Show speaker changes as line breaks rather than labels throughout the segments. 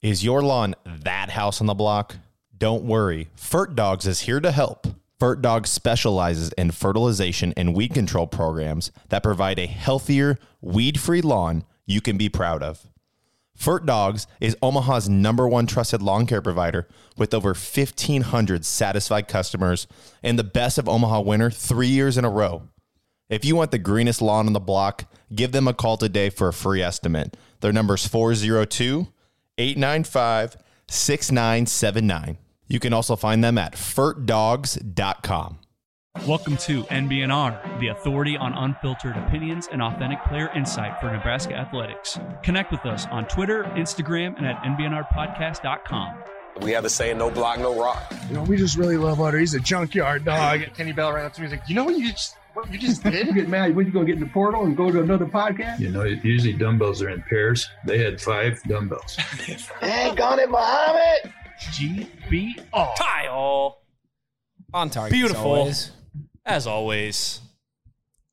Is your lawn that house on the block? Don't worry. Fert Dogs is here to help. Fert Dogs specializes in fertilization and weed control programs that provide a healthier, weed free lawn you can be proud of. Fert Dogs is Omaha's number one trusted lawn care provider with over 1,500 satisfied customers and the best of Omaha winner three years in a row. If you want the greenest lawn on the block, give them a call today for a free estimate. Their number is 402 895 6979. You can also find them at fertdogs.com.
Welcome to NBNR, the authority on unfiltered opinions and authentic player insight for Nebraska athletics. Connect with us on Twitter, Instagram, and at NBNRpodcast.com.
We have a saying, no block, no rock.
You know, we just really love Otter. He's a junkyard dog.
dog. Kenny Bell ran up to me. He's like, "You know what you just what you just did?
get mad when you gonna get in the portal and go to another podcast?
You know, usually dumbbells are in pairs. They had five dumbbells.
Daggone it, Muhammad!"
GBR.
Kyle,
On target.
Beautiful.
As always.
as always,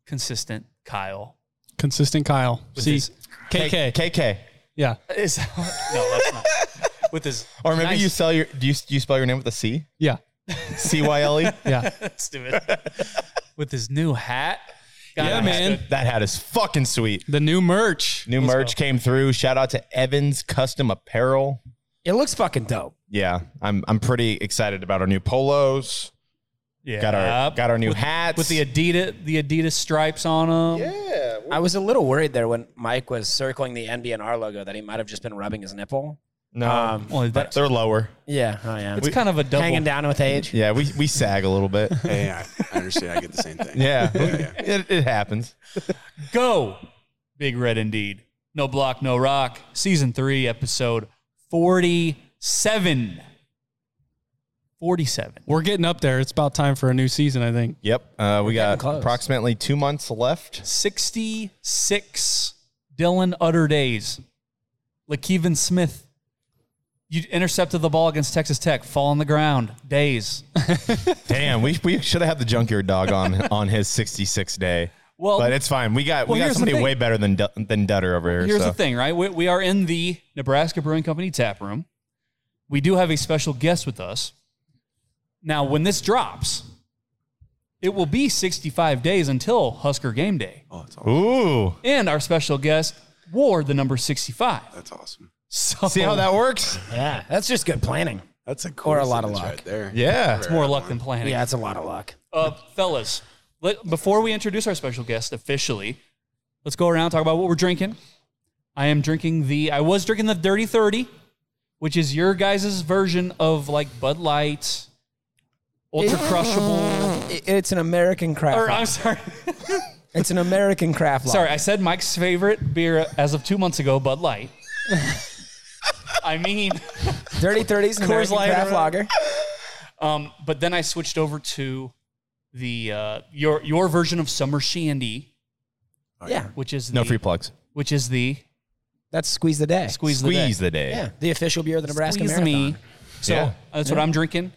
consistent Kyle.
Consistent Kyle.
With
See,
his-
KK.
KK.
yeah.
Is no, that's not with his.
Or maybe
nice-
you sell your do you, do you spell your name with a C?
Yeah.
C Y L E?
Yeah.
Let's do it with his new hat.
Yeah,
that's
man.
good.
That hat is fucking sweet.
The new merch.
New merch came through. Shout out to Evans Custom Apparel.
It looks fucking dope.
Yeah, I'm I'm pretty excited about our new polos.
Yeah,
Got our got our new
with,
hats.
with the Adidas the Adidas stripes on them.
I was a little worried there when Mike was circling the NBNR logo that he might have just been rubbing his nipple.
no,
Um,
Well, that-
they're lower.
yeah. Oh, yeah.
it's kind of a double.
Hanging down with age.
Yeah, we we sag a little bit.
Hey, I, I understand. I get the same thing.
Yeah, It, it happens.
Go, Big Red Indeed. No block, no rock. Season three, episode forty-seven. Forty-seven.
We're getting up there. It's about time for a new season, I think.
Yep, uh, we got
getting close.
approximately two months left.
66 Dylan Utter days. Lakeven Smith. You intercepted the ball against Texas Tech. Fall on the ground. Days.
Damn, we we should have had the junkyard dog on on his 66 day.
Well-
but it's fine. We got
well,
we got
here's the
somebody
thing.
way better than Du- than Dutter over here.
Here's
so.
the thing, right? We, we are in the Nebraska Brewing Company tap room. We do have a special guest with us. Now, when this drops, it will be 65 days until Husker game day.
Oh, that's awesome.
Ooh,
And our special guest wore the number 65.
That's awesome.
So
see how that works?
Yeah. That's just good planning.
That's a
Or a lot of
coincidence right
luck.
there.
Yeah,
It's more luck than planning.
Yeah, it's a lot of luck.
Uh, fellas, let, before we introduce our special guest officially, let's go around and talk about what we're drinking. I am drinking the, I was drinking the Dirty 30, which is your guys' version of like Bud Light, Ultra Crushable.
I- It's an American craft.
Or
lager.
I'm sorry.
It's an American craft. lager.
Sorry, I said Mike's favorite beer as of two months ago, Bud Light. I mean,
Dirty 30s an American
Light or whatever.
craft lager.
um, but then I switched over to the uh, your your version of Summer Shandy,
Yeah.
which is
no
the,
free plugs.
which is the
That's squeeze the day.
squeeze, the day.
Squeeze the day.
Yeah. The official beer of the Nebraska
Squeeze
Marathon.
me. So
Yeah.
that's what I'm drinking.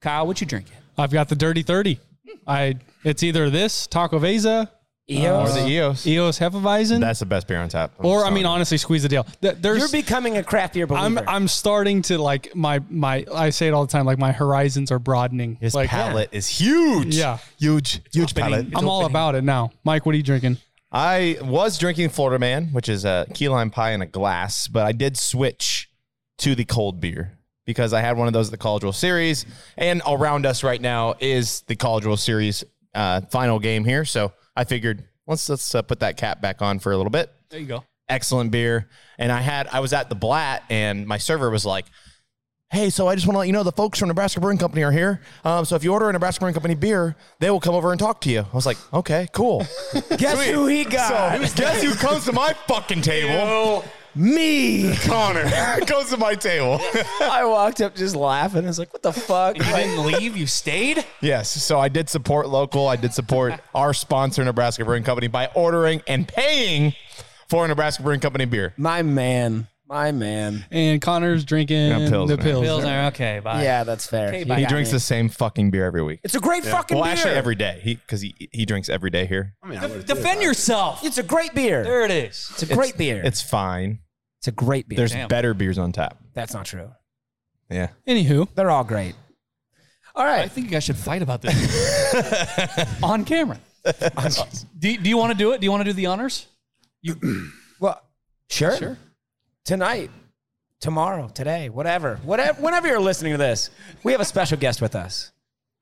Kyle, what you drinking?
I've got the Dirty 30. I it's either this, Taco Vesa,
Eos.
Or the EOS.
Eos Hefeweizen,
That's the best beer on tap. I'm
or I
sorry.
mean honestly squeeze the deal. Th- There's
You're becoming a craft beer believer.
I'm I'm starting to like my my I say it all the time like my horizons are broadening.
his
like
palate is huge.
Yeah.
huge, huge palate.
I'm all about it now. Mike, what are you drinking?
I was drinking Florida Man, which is a key lime pie in a glass, but I did switch to the cold beer because I had one of those at the College World Series. And around us right now is the College World Series uh, final game here, so I figured let's let's uh, put that cap back on for a little bit.
There you go.
excellent beer. And I had I was at the Blat, and my server was like, "Hey, so I just want to let you know the folks from Nebraska Brewing Company are here. Um, so if you order a Nebraska Brewing Company beer, they will come over and talk to you." I was like, "Okay, cool."
Guess
Sweet.
who he got?
So guess who comes to my fucking table?
me.
Connor comes to my table.
I walked up just laughing. I was like, what the fuck?
You didn't leave. You stayed.
yes, so I did support local. I did support our sponsor, Nebraska Brewing Company, by ordering and paying for a Nebraska Brewing Company beer.
My man. My man.
And Connor's drinking
Yeah, Pilsner.
the pills.
Pilsner. Okay. Bye.
Yeah, that's fair.
Okay,
You
bye.
He
got
drinks
me.
the same fucking beer every week.
It's a great fucking
Well,
beer.
actually, every day. He because he he drinks every day here.
I mean, I would've-
Defend yourself.
It's a great beer.
There it is.
It's a great beer.
It's fine.
It's a great beer.
There's
Damn.
better beers on tap.
That's not true.
Yeah.
Anywho,
They're all great. All
I
right.
think you guys should fight about this on camera. do, do you want to do it? Do you want to do the honors?
Well, sure. Sure. Tonight, tomorrow, today, whatever, whatever, whenever you're listening to this, we have a special guest with us,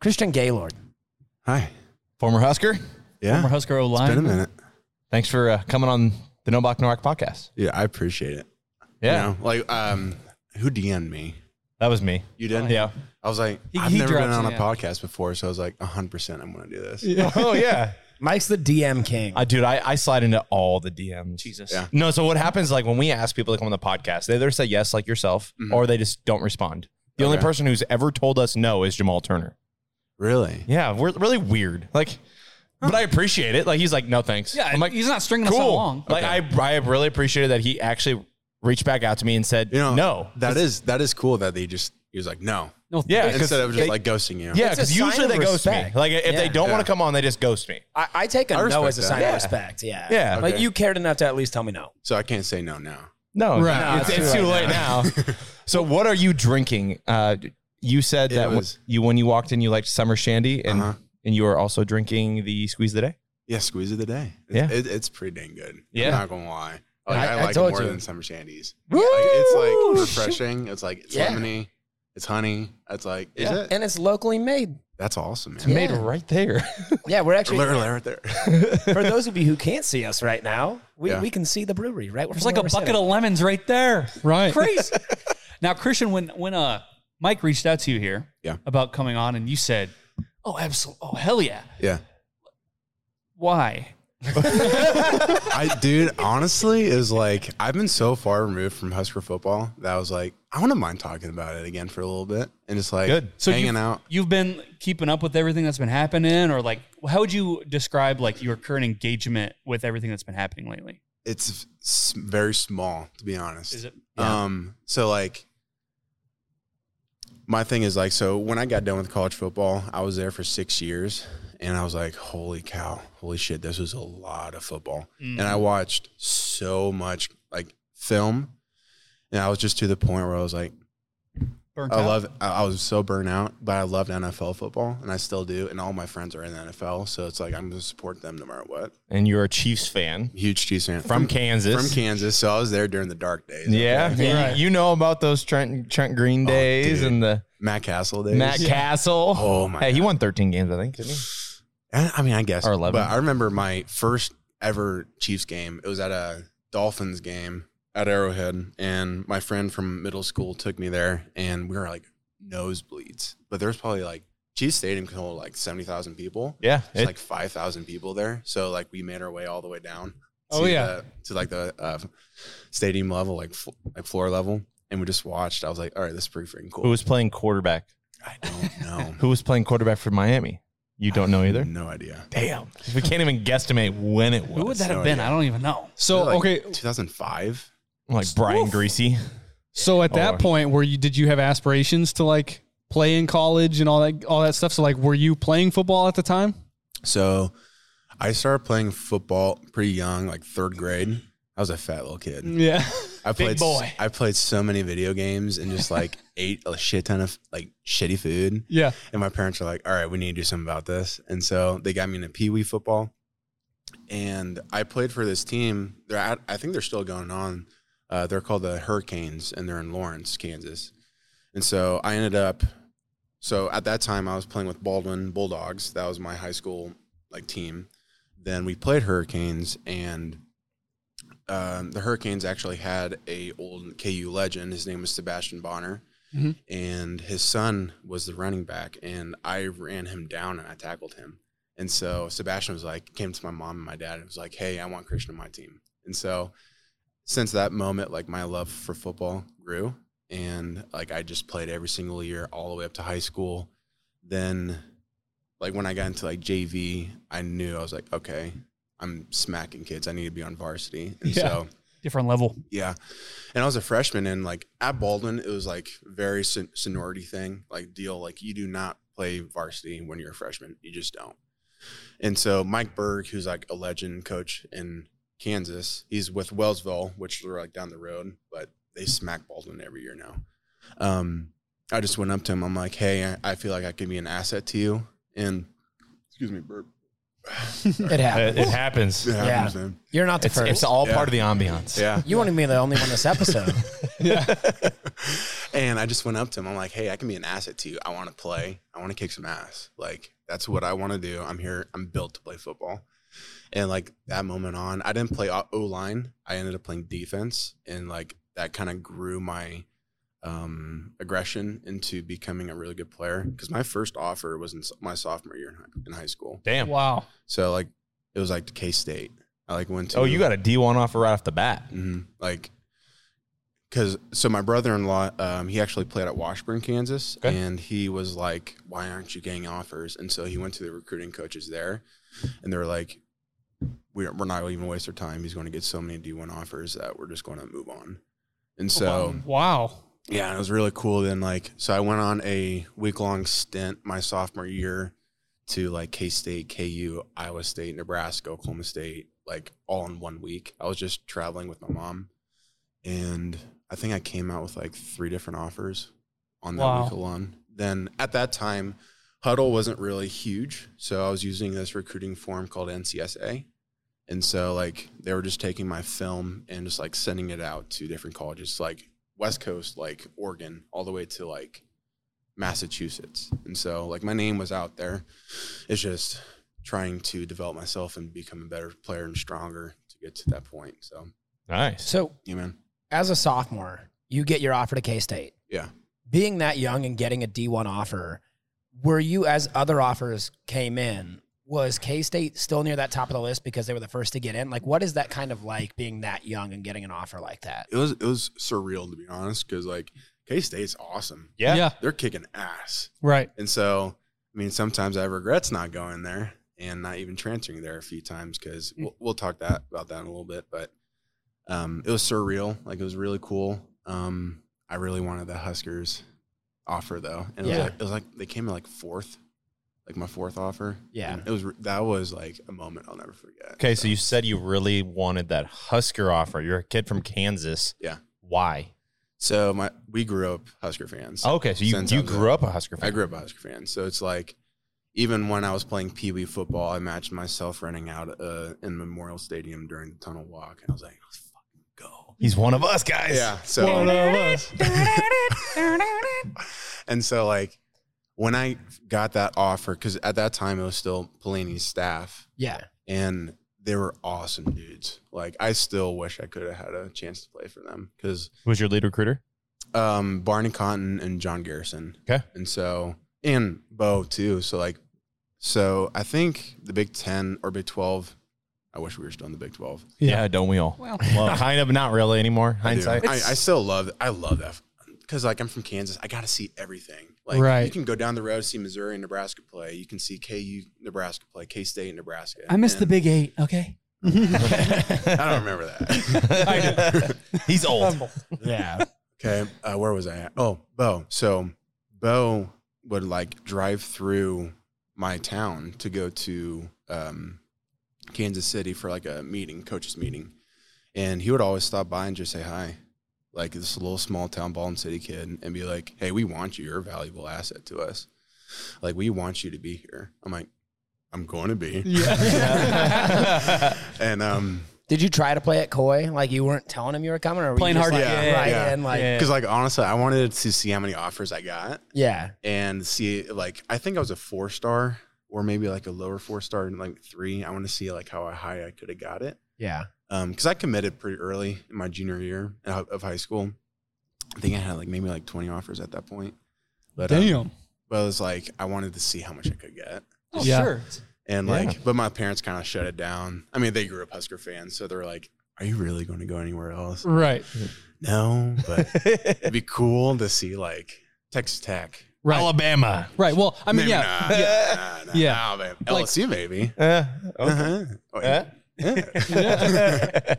Christian Gaylord.
Hi.
Former Husker,
Yeah.
Former Husker O
It's been a
line.
minute.
thanks for uh, coming on the No Block No Rock podcast.
Yeah, I appreciate it.
Yeah.
You know, like, um, who DM'd me?
That was me.
You did?
Yeah.
I was like,
He-
I've
he
never been
drops
on
it,
a
yeah.
podcast before, so I was like, 100% I'm going to do this. Yeah.
oh yeah.
Mike's the DM king.
I dude, I, I slide into all the DMs.
Jesus.
Yeah.
No, so what happens like when we ask people to come on the podcast, they either say yes, like yourself,
Mm-hmm.
Mhm.
or they just don't respond. The only
Okay.
person who's ever told us no is Jamal Turner.
Really?
Yeah, we're really weird. Like, but I appreciate it. Like he's like, no thanks.
Yeah,
I'm like,
he's not stringing us
cool.
along.
Like I I really appreciated that he actually reached back out to me and said
You know,
no.
That is that is cool that they just, he was like, no.
No,
Yeah, because
Instead of just
they-
like ghosting you.
yeah,
It's a
because
sign
usually
of
they ghost me.
respect.
Like if they
Yeah.
don't want to
Yeah.
come on, they just ghost me.
I, I take a
I
no
respect
as a
that.
sign
Yeah.
of respect. Yeah.
Yeah.
Like
Okay.
you cared enough to at least tell me no.
So I can't say no now.
No,
Right.
no, it's, it's too late now. so what are you drinking? Uh, you said
It
that w-
was-
you when you walked in, you liked summer shandy, and
Uh-huh.
and you were also drinking the squeeze of the day.
Yeah, squeeze of the day. It's,
Yeah.
it, it's pretty dang good.
Yeah.
I'm not gonna lie. Like,
I-
I,
I
like
told
it more
you.
than summer shandies. Like, it's like refreshing. It's like it's
Yeah.
lemony. It's honey. It's like
Yeah.
is it?
And it's locally made.
That's awesome, man.
It's made right there.
Yeah, we're actually
Literally right there.
for those of you who can't see us right now, we,
Yeah.
we can see the brewery, right?
There's like a bucket of lemons right there.
right.
Crazy. now, Christian, when when uh Mike reached out to you here
Yeah.
about coming on, and you said, "Oh, absolutely. Oh, hell yeah.
Yeah.
Why?
I dude, honestly, is like I've been so far removed from Husker football that I was like, I wouldn't mind talking about it again for a little bit and just like
Good.
So
hanging
you've-
out.
You've been keeping up with everything that's been happening, or like, how would you describe like your current engagement with everything that's been happening lately?
It's s- very small, to be honest.
Is it?
Um, so like my thing is like so when I got done with college football, I was there for six years and I was like, holy cow, holy shit, this was a lot of football. And
Mm.
I watched so much like film. And I was just to the point where I was like,
Burnt
I
out?
love I I was so burnt out, but I loved NFL football and I still do. And all my friends are in the NFL. So it's like I'm gonna support them no matter what.
and you're a Chiefs fan
Huge Chiefs fan.
from Kansas.
From Kansas. So I was there during the dark days.
Yeah,
Okay.
you- you, know about those Trent Trent Green days
dude.
and the
Matt Castle days.
Matt Castle.
Oh my
Hey, he won 13 games, I think. Didn't he?
I I mean, I guess.
Or 11.
But I remember my first ever Chiefs game. It was at a Dolphins game at Arrowhead, and my friend from middle school took me there, and we were like nosebleeds. But there's probably like Chiefs Stadium can hold like seventy thousand people.
Yeah,
It's
it-
like five thousand people there. So like we made our way all the way down.
Oh,
to
yeah.
the- to like the uh, stadium level, like fl- like floor level, and we just watched. I was like, all right, this is pretty freaking cool.
who was playing quarterback?
I don't know.
Who was playing quarterback for Miami? You don't know either.
No idea.
Damn, we can't even guesstimate when it was.
Who would that
no
have been?
idea.
I don't even know.
So
Like,
okay,
2005.
Like Brian Greasy.
so at that
Or-
point, were you did you have aspirations to like play in college and all that all that stuff? So like, were you playing football at the time?
So I started playing football pretty young, like third grade. I was a fat little kid.
Yeah,
I played s-
boy.
I played so many video games and just like ate a shit ton of like shitty food.
yeah.
And my parents were like, "All right, we need to do something about this." And so they got me into pee wee football, and I played for this team. They're at, I think they're still going on. Uh, they're called the Hurricanes, and they're in Lawrence, Kansas. And so I ended up. So at that time, I was playing with Baldwin Bulldogs. That was my high school like team. Then we played Hurricanes, and um, the Hurricanes actually had a old KU legend. His name was Sebastian Bonner and his son was the running back and i ran him down and i tackled him and so sebastian was like came to my mom and my dad and was like hey i want christian on my team and so since that moment like my love for football grew and like i just played every single year all the way up to high school then like when i got into like jv i knew i was like okay i'm smacking kids i need to be on varsity and
Yeah.
so
Different level.
yeah. And I was a freshman, and like at Baldwin, it was like very sen- seniority thing, like deal. Like you do not play varsity when you're a freshman, you just don't. And so Mike Berg, who's like a legend coach in Kansas. He's with Wellsville, which are like down the road, but they smack Baldwin every year now. Um, I just went up to him. I'm like, hey, I- I feel like I could be an asset to you. And excuse me, burp.
It happens.
Uh, It, it happens.
It happens,
Yeah.
man.
You're not the
It's,
first.
it's all
Yeah.
part of the ambiance.
Yeah.
You want to be the only one this episode.
and I just went up to him. I'm like, hey, I can be an asset to you. I want to play. I want to kick some ass. Like, that's what I want to do. I'm here. I'm built to play football. And like that moment on, I didn't play O line. I ended up playing defense. And like that kind of grew my um, aggression into becoming a really good player. Cause my first offer was in s- my sophomore year in hi- in high school.
Damn.
Wow.
So like it was like K State. I like went to.
Oh, you got a D1 offer right off the bat.
Mhm. Like, because so my brother in law, um, he actually played at Washburn, Kansas,
Okay.
and he was like, "Why aren't you getting offers?" And so he went to the recruiting coaches there, and they were like, "We're we're not even gonna waste our time. He's going to get so many D one offers that we're just going to move on."
Oh,
And so
Wow.
yeah, and it was really cool. Then like, so I went on a week long stint my sophomore year to like K State, KU, Iowa State, Nebraska, Oklahoma State, like all in one week. I was just traveling with my mom, and I think I came out with like three different offers on that
Wow.
week alone. Then at that time, Huddle wasn't really huge, so I was using this recruiting form called NCSA. And so like they were just taking my film and just like sending it out to different colleges, like West Coast, like Oregon, all the way to like Massachusetts. And so like my name was out there. It's just trying to develop myself and become a better player and stronger to get to that point. So
Nice.
so,
you man.
as a sophomore, you get your offer to K State.
Yeah.
Being that young and getting a D1 offer, were you, as other offers came in, was K State still near that top of the list because they were the first to get in? Like, what is that kind of like being that young and getting an offer like that?
It was it was surreal to be honest, because like K State's awesome.
Yeah.
Yeah.
They're kicking ass.
Right.
And so, I mean, sometimes I regrets not going there and not even transferring there a few times because
Mm.
we'll, we'll talk that about that in a little bit. But um, it was surreal. Like it was really cool. Um, I really wanted the Huskers offer though, and it,
Yeah.
was like, it was like they came in like fourth, like my fourth offer.
Yeah.
And it was re- that was like a moment I'll never forget.
Okay, so you said you really wanted that Husker offer. You're a kid from Kansas.
Yeah.
Why?
so my we grew up Husker fans.
Oh,
Okay, so you,
Since I
you
was
grew
a-
up a Husker fan.
I grew up a Husker fan, so it's like even when I was playing Pee Wee football, I imagined myself running out uh, in Memorial Stadium during the tunnel walk, and I was like, "Let's fucking go!"
He's one of us guys.
Yeah. So and so like when I got that offer, because at that time it was still Pelini's staff,
Yeah.
and they were awesome dudes. Like I still wish I could have had a chance to play for them because
Who's your lead recruiter?
um, Barney Cotton and John Garrison.
Okay.
And so, and Bo too. So, like, so I think the Big 10 or Big 12, I wish we were still in the Big 12.
Yeah, don't we all? Well, kind of, not really anymore.
I do.
Hindsight.
I, I still love, I love that. Because, like, I'm from Kansas. I got to see everything. Like, you
Right.
can go down the road, see Missouri and Nebraska play. You can see KU, Nebraska play, K State, and Nebraska.
I missed the
And-
big eight. Okay.
I don't remember that.
He's old.
Yeah.
Okay, uh, where was I at? Oh, Bo. So Bo would like drive through my town to go to um, Kansas City for like a meeting, coaches meeting, and he would always stop by and just say hi, like this little small town Baldwin City kid, and be like, "Hey, we want you. You're a valuable asset to us. Like we want you to be here." I'm like, "I'm going to be."
Yeah.
and um,
Did you try to play at Coy? Like, you weren't telling him you were coming or were
Playing
you just,
hard
like,
to get.
right
Yeah.
in? Like,
Yeah.
because like honestly, I wanted to see how many offers I got.
yeah.
and see like I think I was a four star or maybe like a lower four star and like three. I want to see like how high I could have got it.
Yeah.
Um, because I committed pretty early in my junior year of of high school. I think I had like maybe like twenty offers at that point. But
uh,
um,
Damn.
but it was like I wanted to see how much I could get.
Oh,
Yeah.
sure.
And
Yeah.
like, but my parents kind of shut it down. I mean, they grew up Husker fans, so they were like, "Are you really going to go anywhere else?"
Right.
No, but it'd be cool to see like Texas Tech.
Right.
Alabama.
Right. Well, I mean,
Maybe
yeah.
not.
yeah.
Nah, nah,
Yeah.
nah, man.
Like-
LSU maybe.
Uh,
Uh-huh. Oh,
Uh.
yeah.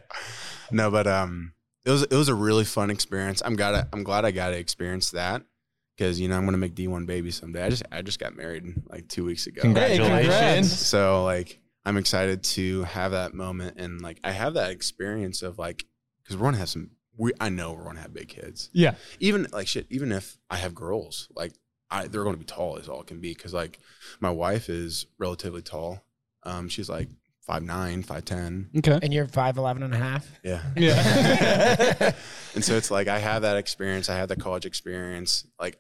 no, but um, it was it was a really fun experience. I'm got I'm glad I got to experience that because you know I'm gonna make D1 baby someday. I just I just got married like two weeks ago.
Congrats. Congratulations.
Hey, congrats.
So like I'm excited to have that moment and like I have that experience of like because we're gonna have some. We I know we're gonna have big kids.
Yeah.
Even like shit. Even if I have girls, like I they're gonna be tall as all can be because like my wife is relatively tall. Um, she's like five nine, five ten.
Okay.
And you're 5'11 and a half?
Yeah.
Yeah.
and so it's like I have that experience. I have that college experience. Like,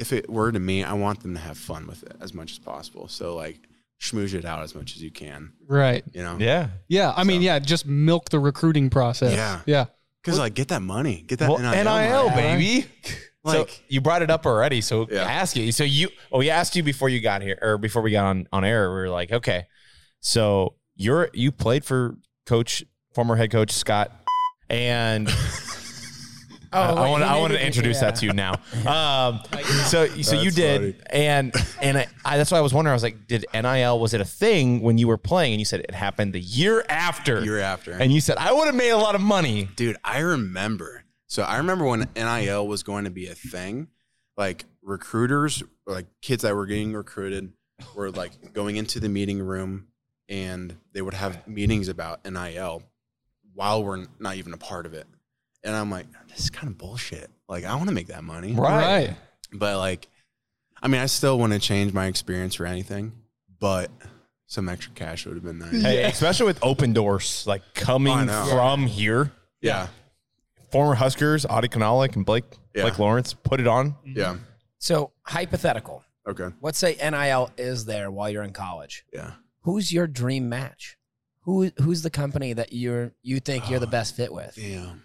if it were to me, I want them to have fun with it as much as possible. So like, schmooze it out as much as you can.
Right.
You know.
Yeah.
Yeah. I mean, yeah, just milk the recruiting process.
Yeah.
Yeah.
Because like, get that money. Get that
Well,
NIL,
NIL,
money.
baby.
Like-
so you brought it up already, so
Yeah.
ask you. So you, oh, we asked you before you got here, or before we got on on air. We were like, okay, so you're you played for coach, former head coach Scott, and
Oh,
I- I
wait,
want
he
I
made
want
it-
to introduce that to you now. Um, so so you
That's
did, and and I, I, that's why I was wondering. I was like, did NIL was it a thing when you were playing? And you said it happened the year after,
Year after.
and you said I would have made a lot of money.
dude i remember so i remember when nil was going to be a thing like recruiters like kids that were getting recruited were like going into the meeting room and they would have meetings about nil while we're not even a part of it and i'm like this is kind of bullshit like i want to make that money
Right.
but like i mean i still want to change my experience for anything but some extra cash would have been nice
Hey, especially with open doors, like
I
coming
know.
from here.
yeah
Former Huskers, Audie Kanalik and Blake
Yeah.
Blake Lawrence put it on.
yeah
So, hypothetical.
okay
Let's say NIL is there while you're in college.
yeah
Who's your dream match? Who who's the company that you're you think you're the best fit with?
Damn.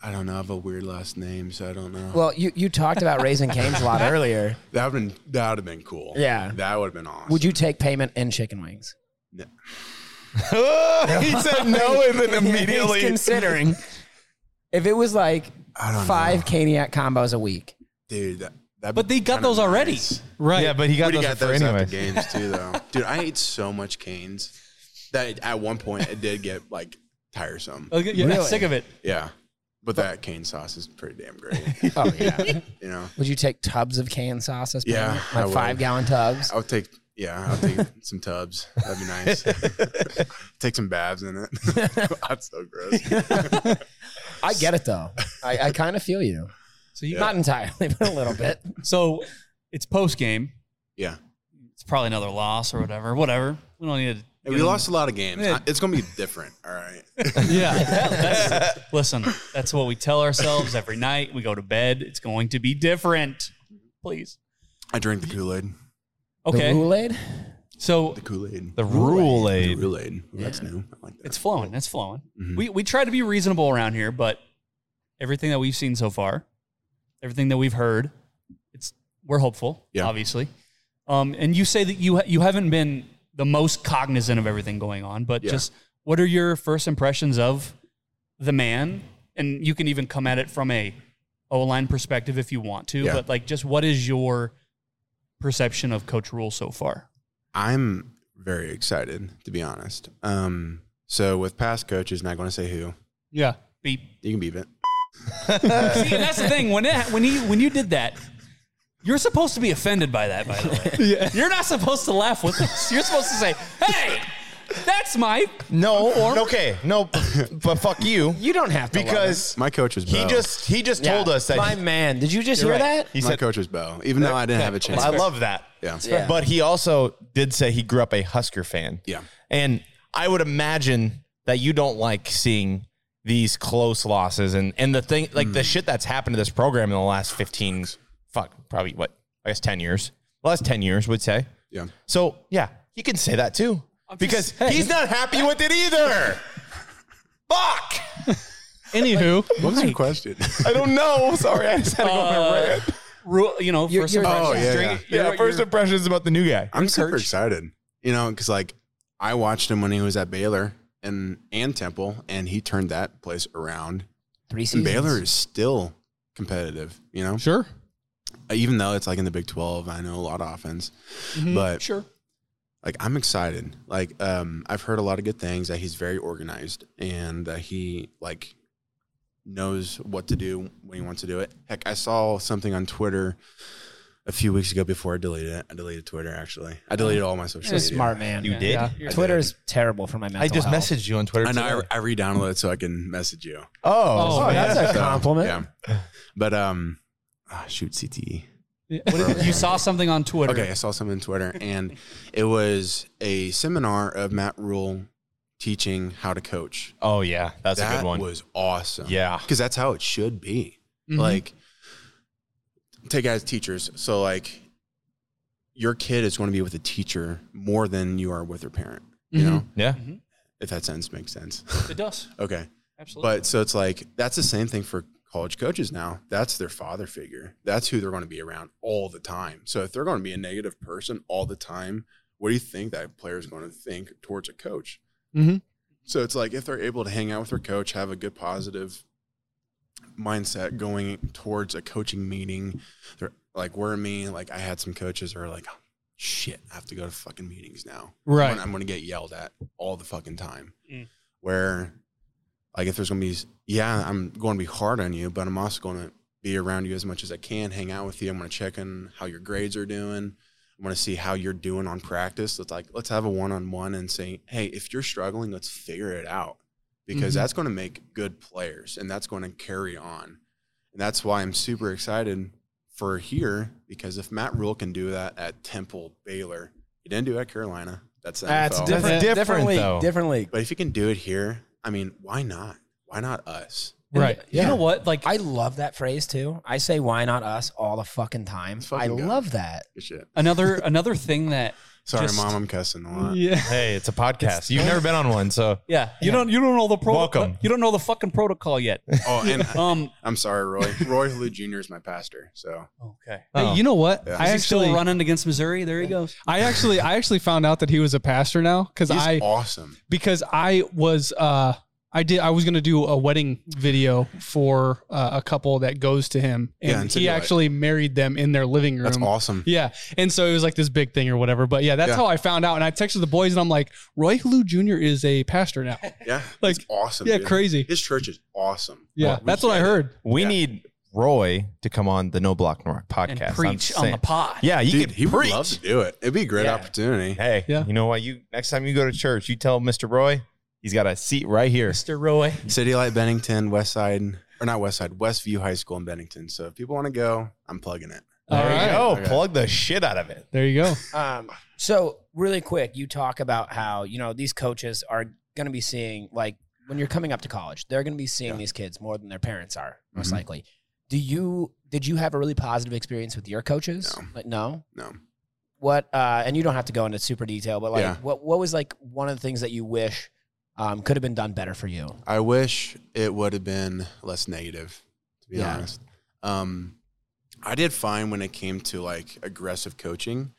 I don't know. I have a weird last name, so I don't know.
Well, you, you talked about raising canes a lot earlier.
that would have been that would have been cool.
Yeah.
That would have been awesome.
Would you take payment in chicken wings?
he said no, and then immediately.
He's considering if it was like
I don't
five
know.
Caniac combos a week.
dude? That, that'd
But
be
they got
kinda
those already.
nice.
Right.
Yeah, but he got
We'd
those
have got
for
those
anyway.
at the games too, though. dude, I ate so much canes that at one point it did get like tiresome.
Okay, Oh, yeah,
Really?
Sick of it.
Yeah, but that cane sauce is pretty damn great.
Oh yeah.
You know,
Would you take tubs of canned sauce as
Yeah,
payment?
I
Like
would.
five gallon tubs?
I would take. Yeah, I'll take some tubs. That'd be nice. take some baths in it. That's so gross.
I get it though. I, I kind of feel you.
So you
Not entirely, but a little bit.
So it's post game.
Yeah.
It's probably another loss or whatever. Whatever. We don't need to.
Hey,
get
we
in-
lost a lot of games.
Yeah.
I- It's gonna be different. All right.
Yeah. That's- listen, that's what we tell ourselves every night. We go to bed. It's going to be different. Please.
I drank the Kool Aid.
The
Okay.
Kool-Aid?
So
The Kool Aid.
the rule
The
aid.
Kool Aid. That's new. I like that.
it's flowing. It's flowing.
Mhm.
We, we try to be reasonable around here, but everything that we've seen so far, everything that we've heard, it's we're hopeful,
Yeah.
obviously. Um, and you say that you ha- you haven't been the most cognizant of everything going on, but
Yeah.
just what are your first impressions of the man? And you can even come at it from a O line perspective if you want to,
Yeah.
but like just what is your perception of Coach Rule so far?
I'm very excited to be honest. Um, so with past coaches, not going to say who.
Yeah.
Beep.
You can beep it.
See, and that's the thing. When it, when he when you did that, you're supposed to be offended by that. By the way, you're not supposed to laugh with us. You're supposed to say, "Hey, that's my."
No, okay, no, but fuck you,
You don't have to love
because
My coach was Bo.
he just he just
it. Yeah.
told us that.
My man, did you just hear
You're right.
that?
He
my
said,
coach was Bo. Even though I didn't have a chance.
"I love that."
Yeah.
Yeah.
But he also did say he grew up a Husker fan.
Yeah.
And I would imagine that you don't like seeing these close losses and and the thing like
Mm.
the shit that's happened to this program in the last 15 fuck probably what I guess 10 years. Last 10 years would say.
Yeah.
So, yeah, he can say that too. Because he's not happy with it either. fuck.
Anywho,
What was your question?
I don't know. Sorry, I just had to go on my
Uh,
rant.
Rule, you know,
You're-
first
you're-
impression.
oh yeah. yeah.
Yeah,
you're-
1st
you're-
impressions about the new guy.
I'm super excited. You know, because like I watched him when he was at Baylor and and Temple, and he turned that place around.
Three
And
seasons.
Baylor is still competitive. You know. Uh,
sure.
even though it's like in the Big 12, I know a lot of offense, but
Sure.
like I'm excited. Like um, I've heard a lot of good things that he's very organized and that he like knows what to do when he wants to do it. Heck, I saw something on Twitter a few weeks ago before I deleted it. I deleted Twitter actually. I deleted all my social.
You're a
media.
smart man.
You did?
Yeah.
I
Twitter
did.
is terrible for my mental
I just
health.
messaged you on Twitter.
I know.
today.
I, I re-downloaded so I can message you.
oh,
Oh,
man.
that's a
So,
compliment.
Yeah. But um, ah, shoot, CTE.
What did- you saw something on Twitter.
Okay, I saw something on Twitter, and it was a seminar of Matt Rule teaching how to coach.
oh yeah, that's
that
a good one.
was awesome.
yeah,
because that's how it should be.
Mhm.
Like, take it as teachers. So like, your kid is going to be with a teacher more than you are with their parent. You
Mhm.
know,
yeah.
if that sentence makes sense.
It does.
okay.
Absolutely.
But so it's like that's the same thing for college coaches now. That's their father figure. That's who they're going to be around all the time. So if they're going to be a negative person all the time, what do you think that player is going to think towards a coach?
Mhm.
So it's like if they're able to hang out with their coach, have a good positive mindset going towards a coaching meeting, they're like where me, like I had some coaches who are like, "Oh, shit, I have to go to fucking meetings now.
Right.
I'm going to get yelled at all the fucking time.
Mm.
Where, like, if there's going to be, yeah, I'm going to be hard on you, but I'm also going to be around you as much as I can, hang out with you. I'm going to check in how your grades are doing. I'm going to see how you're doing on practice. Let's like, let's have a one on one and say, hey, if you're struggling, let's figure it out because
Mhm.
that's going to make good players and that's going to carry on. And that's why I'm super excited for here because if Matt Rule can do that at Temple Baylor, he didn't do it at Carolina. That's the
That's
NFL.
different,
That's
different,
different,
league.
though.
Different league.
But if you can do it here, I mean, why not? Why not us?
Right.
You know what? Like
I love that phrase too. I say "Why not us?" all the fucking time.
Let's fucking
I
go.
love that.
Good shit.
another another thing that
Sorry,
Just-
mom, I'm cussing a lot.
Yeah.
Hey, it's a podcast. You've never been on one, so
yeah you don't you don't know the pro-
Welcome.
you don't know the fucking protocol yet.
Oh, and
Um.
I'm sorry, Roy. Roy Lou Jr. is my pastor. So
Okay.
Oh.
Hey, you know what?
Yeah.
I
Is he
actually,
still running against Missouri? There he goes.
I actually, I actually found out that he was a pastor now because
he's
I
awesome.
because I was uh I did I was gonna do a wedding video for uh, a couple that goes to him and,
Yeah, and so
he
do I.
actually married them in their living room.
That's awesome.
Yeah, and so it was like this big thing or whatever. But yeah, that's
Yeah.
how I found out. And I texted the boys and I'm like, Roy Helou Jr. is a pastor now.
Yeah.
Like,
it's awesome.
yeah,
dude.
crazy.
His church is awesome.
Yeah,
Well, we
that's what I
get it.
heard.
we
Yeah.
need Roy to come on the No Block North
And
podcast I'm
preach on
saying-
the pod.
Yeah, you
Dude,
could
he would
preach.
love to do it. It'd be a great
Yeah.
opportunity.
Hey,
Yeah.
you know what? You next time you go to church, you tell Mr. Roy he's got a seat right here.
Mr. Roy.
City Light Bennington, West Side, or not West Side, Westview High School in Bennington. So if people want to go, I'm plugging it.
There
All
you
right.
go.
Okay.
Plug the shit out of it.
There you go.
Um, so really quick, you talk about how you know these coaches are going to be seeing like when you're coming up to college, they're going to be seeing
Yeah.
these kids more than their parents are most
Mm-hmm.
Mhm.
likely. Do you did you have a really positive experience with your coaches?
No.
Like no.
No.
What uh, and you don't have to go into super detail, but like
Yeah.
what what was like one of the things that you wish um, could have been done better for you?
I wish it would have been less negative, to be
Yeah.
honest. Um, I did fine when it came to like aggressive coaching,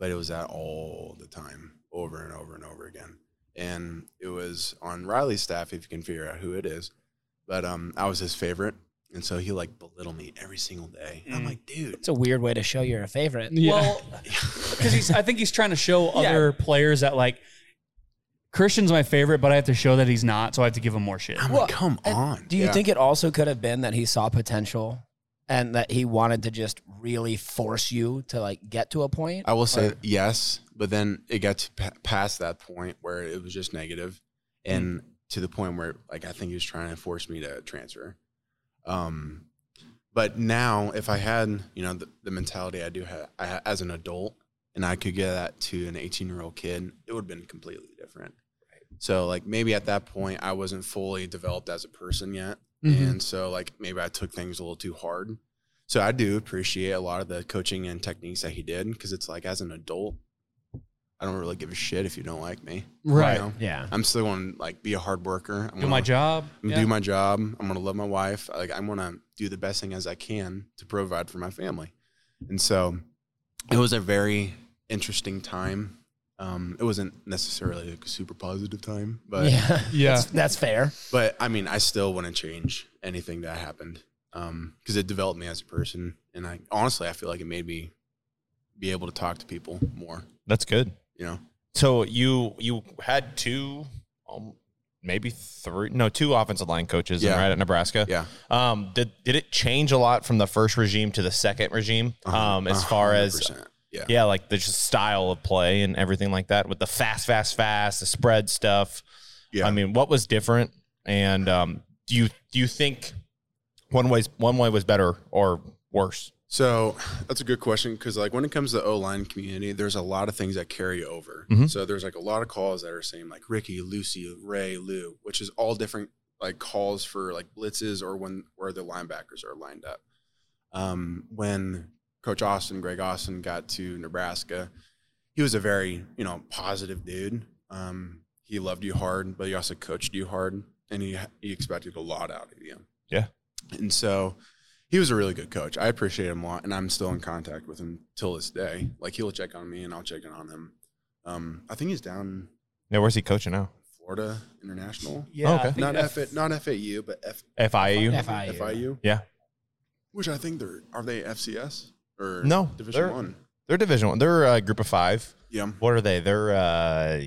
but it was that all the time, over and over and over again. And it was on Riley's staff, if you can figure out who it is. But um, I was his favorite, and so he like belittle me every single day. And I'm
Mm.
like, dude,
It's a weird way to show you're a favorite.
Yeah.
Well, because he's. I think he's trying to show other players that like Christian's my favorite, but I have to show that he's not, so I have to give him more shit.
I'm
Well,
like, come
and
on.
Do you
Yeah.
think it also could have been that he saw potential and that he wanted to just really force you to like get to a point?
I will say
Or-
yes, but then it got to pa- past that point where it was just negative, and
Mm.
to the point where like I think he was trying to force me to transfer. Um, but now if I had you know the, the mentality I do have I, ha- as an adult, and I could get that to an 18 year old kid, it would have been completely different. So like maybe at that point I wasn't fully developed as a person yet,
Mhm.
Mm-hmm.
and so like maybe I took things a little too hard. So I do appreciate a lot of the coaching and techniques that he did because it's like as an adult, I don't really give a shit if you don't like me. you
Right.
know?
yeah.
I'm still going to like be a hard worker. I'm
do my job.
I'm
Yeah.
gonna do my job. I'm going to love my wife. Like I'm going to do the best thing as I can to provide for my family. And so it was a very interesting time. Um, it wasn't necessarily a super positive time, but
yeah.
Yeah.
That's, that's fair.
but I mean, I still wouldn't change anything that happened because it developed me as a person, and I honestly, I feel like it made me be able to talk to people more.
That's good.
You know,
So you you had two um, maybe three, no, two offensive line coaches,
Yeah.
right at Nebraska.
Yeah.
Um, did did it change a lot from the first regime to the second regime?
Uh-huh.
Um, as far as
100%. yeah.
yeah, like the just style of play and everything like that with the fast, fast, fast, the spread stuff.
Yeah.
I mean, what was different? And um, do you do you think one way one way was better or worse?
So that's a good question because, like, when it comes to the O line community, there's a lot of things that carry over.
Mhm.
So there's like a lot of calls that are saying like Ricky, Lucy, Ray, Lou, which is all different like calls for like blitzes or when where the linebackers are lined up. Um, when Coach Austin, Greg Austin, got to Nebraska, he was a very you know positive dude. Um, he loved you hard, but he also coached you hard, and he he expected a lot out of you.
Yeah.
and so he was a really good coach. I appreciate him a lot, and I'm still in contact with him till this day. Like he'll check on me, and I'll check in on him. Um, I think he's down in
Yeah, where's he coaching now?
Florida International,
Yeah,
Oh,
I
okay.
think
not
F-
F- not FAU, but F-
FIU.
FIU.
FIU.
Yeah.
which I think they're are they FCS or
No,
Division
they're-
One.
They're division one. They're a group of five.
Yeah,
What are they? They're uh,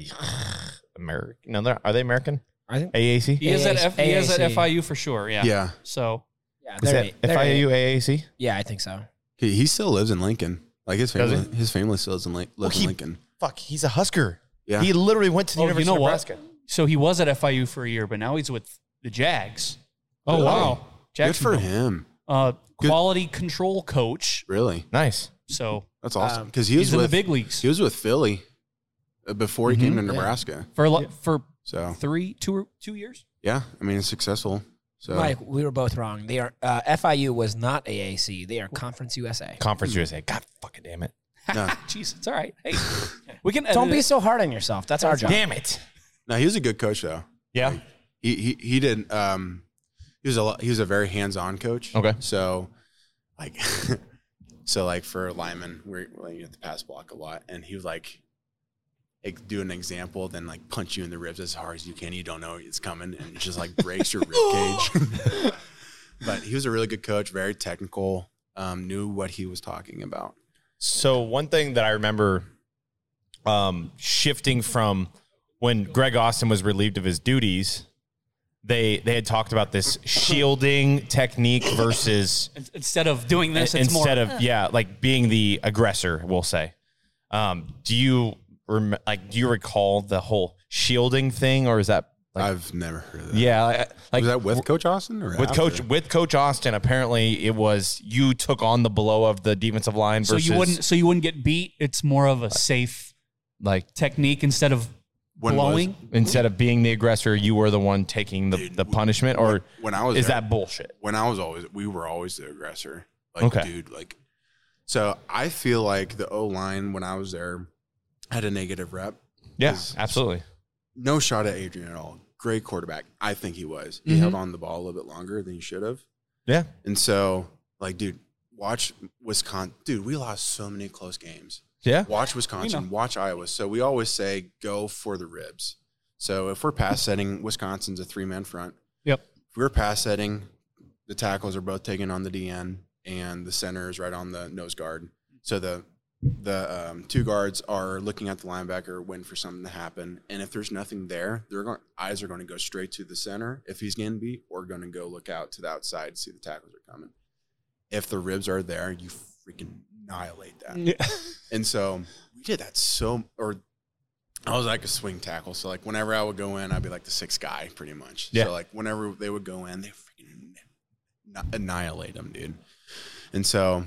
American. No, they're are they American?
I think
AAC.
He is at F- he is at
AAC.
FIU for sure. Yeah.
yeah.
So
Yeah,
Is
they're-
that E
they're-
FIU AAC?
Yeah, I think so.
He he still lives in Lincoln. Like his
Does
family, his family still lives in, Lin- lives
he-
in Lincoln.
Fuck, he's a Husker.
Yeah.
He literally went to the
Oh, you
University
know
of
what?
Nebraska.
so he was at FIU for a year, but now he's with the Jags.
Oh, wow.
Good for
Jacksonville.
him.
Uh,
Good-
quality control coach.
Really,
Nice.
So
that's awesome. Because he was
he's in
with
the big leagues
he was with Philly uh, before he came to Nebraska.
for a lo- for
So
three two or two years.
yeah, I mean it's successful. So
Mike, we were both wrong. They are uh, FIU was not AAC. They are Conference USA.
Conference USA. God fucking damn it.
No.
Jeez, it's all right. Hey, we can
Don't
edit
be
it.
so hard on yourself. That's our job.
Damn it.
no, he was a good coach though.
Yeah.
He he he did. Um, he was a lo- he was a very hands on coach.
Okay.
So like so like for linemen, we're we're like at the pass block a lot, and he was like. ex- Do an example, then like punch you in the ribs as hard as you can. You don't know it's coming, and it just like breaks your rib cage. but he was a really good coach, very technical, um, knew what he was talking about.
So one thing that I remember um, shifting from when Greg Austin was relieved of his duties, they they had talked about this shielding technique versus
In- instead of doing this. It's
instead
more,
of yeah, like being the aggressor, we'll say. Um, do you rem- like do you recall the whole shielding thing, or is that like
I've never heard of that.
yeah, like, like
was that with Coach Austin or
with
after?
coach with Coach Austin? Apparently, it was you took on the blow of the defensive line
so
versus
you wouldn't so you wouldn't get beat. It's more of a safe
like
technique instead of
When was-
blowing.
instead of being the aggressor, you were the one taking the, the punishment, or
when I was
is
there-
that bullshit?
when I was always we were always the aggressor. Like
Okay.
dude, like so I feel like the O line when I was there had a negative rep.
Yeah,
Is-
absolutely.
No shot at Adrian at all. Great quarterback. I think he was. He held on to the ball a little bit longer than he should have.
Mm-hmm. Yeah,
And so like dude, watch Wisconsin. Dude, we lost so many close games.
yeah,
Watch Wisconsin, watch Iowa. So we always say go for the ribs. So if we're pass setting, Wisconsin's a three man front.
Yep.
If we're pass setting, the tackles are both taken on the DN and the center is right on the nose guard. So the the um, two guards are looking at the linebacker, waiting for something to happen. And if there's nothing there, their go- eyes are going to go straight to the center if he's getting beat, or going to go look out to the outside to see the tackles are coming. If the ribs are there, you freaking annihilate that. And so we did that so, or I was like a swing tackle. So like whenever I would go in, I'd be like the sixth guy pretty much.
Yeah.
So like whenever they would go in, they freaking anni- annihilate them, dude. And so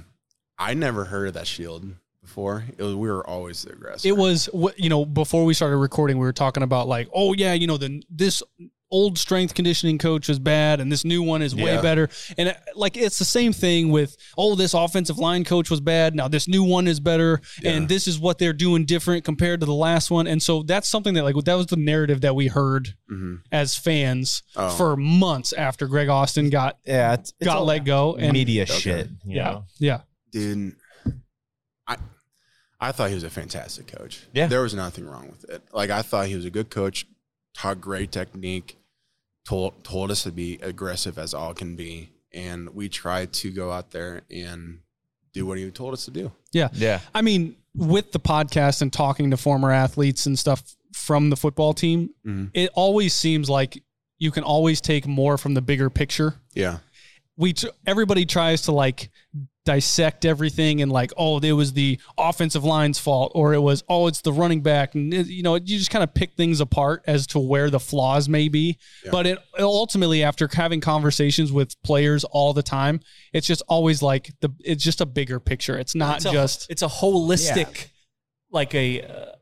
I never heard of that shield before. It was, we were always the aggressor.
It was what you know before we started recording. We were talking about like, oh yeah, you know, the this old strength conditioning coach is bad, and this new one is way
Yeah.
better. And uh, like, it's the same thing with oh, this offensive line coach was bad. Now this new one is better, and this is what they're doing different compared to the last one. And so that's something that like that was the narrative that we heard
Mhm.
as fans
Oh.
for months after Greg Austin got
yeah. It's,
got let go. And
media
Okay.
shit. you
yeah,
know?
yeah,
dude. I I thought he was a fantastic coach.
Yeah.
there was nothing wrong with it. Like I thought he was a good coach, taught great technique, told told us to be aggressive as all can be, and we tried to go out there and do what he told us to do.
yeah.
yeah,
I mean, with the podcast and talking to former athletes and stuff from the football team,
Mhm.
it always seems like you can always take more from the bigger picture.
Yeah.
We t- everybody tries to like dissect everything and like, oh, it was the offensive line's fault, or it was oh, it's the running back, and it- you know, you just kind of pick things apart as to where the flaws may be.
Yeah.
But it ultimately, after having conversations with players all the time, it's just always like the it's just a bigger picture. It's not
It's a-
just
it's a holistic, like a. Uh,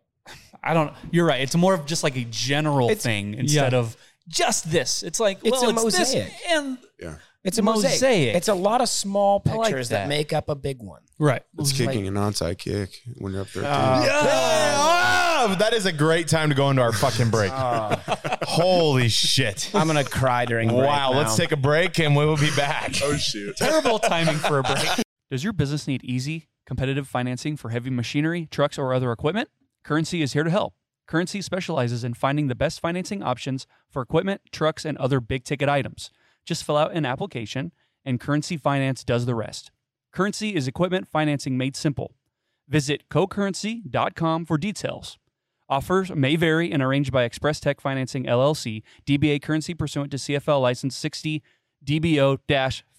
I don't. You're right. It's more of just like a general
It's-
thing instead
Yeah.
of just this. It's like
It's
well,
a
it's this
mosaic.
and
Yeah.
It's a mosaic.
Mosaic.
It's a lot of small
I
pictures
like
that.
that.
make up a big one.
right.
It's
Like-
kicking an onside kick when you're up 13.
Yeah, oh, that is a great time to go into our fucking break. Holy shit.
I'm gonna cry during. break
Wow,
now.
let's take a break and we will be back.
oh, shoot.
terrible timing for a break. Does your business need easy, competitive financing for heavy machinery, trucks, or other equipment? Currency is here to help. Currency specializes in finding the best financing options for equipment, trucks, and other big ticket items. Just fill out an application, and Currency Finance does the rest. Currency is equipment financing made simple. Visit cocurrency.com for details. Offers may vary and arranged by Express Tech Financing LLC, DBA currency pursuant to CFL license 60 DBO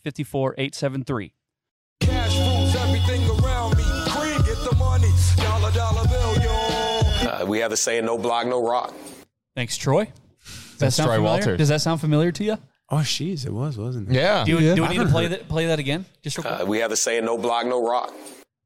54873.
Cash rules everything around me. Green, get the money. Dollar, dollar bill, yo. Uh, we have a saying, no block, no rock.
Thanks, Troy. Does
That's Troy
familiar?
Walter.
Does that sound familiar to you?
Oh, jeez. It was, wasn't it?
Yeah.
Do, you do we
I've
need to
heard-
play that, play that again? Just real quick.
Uh, we have a saying, no block, no rock.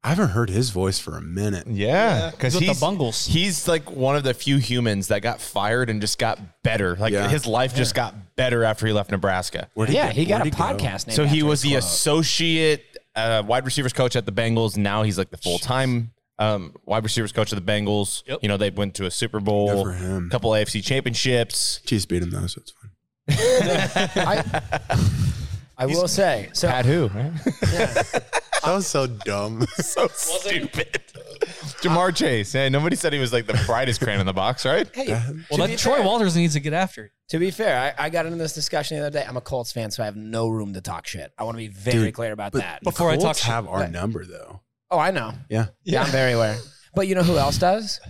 I haven't heard his voice for a minute.
Yeah, because
He's with the
he's,
Bungles.
He's like one of the few humans that got fired and just got better. Like
Yeah.
his life just got better after he left Nebraska.
Where'd
Yeah, he got a
where'd go?
podcast name.
so he was the associate uh, wide receivers coach at the Bengals. Now he's like the full time um, wide receivers coach of the Bengals.
Yep.
You know they went to a Super
Good
Bowl,
for him.
couple AFC championships.
Chiefs beat him, though, so it's fine.
I will say. So
At who?
That was so dumb.
so stupid. Jamar Chase. Hey, nobody said he was like the brightest crayon in the box, right?
well,
be
that, Troy
fair-
Walters needs to get after it.
to be fair, I, I got into this discussion the other day. I'm a Colts fan, so I have no room to talk shit. I want to be very
Dude,
clear about
But
that.
Before I
Colts
talk shit.
have our number, though.
oh, I know.
Yeah.
Yeah, I'm very aware. But you know who else does?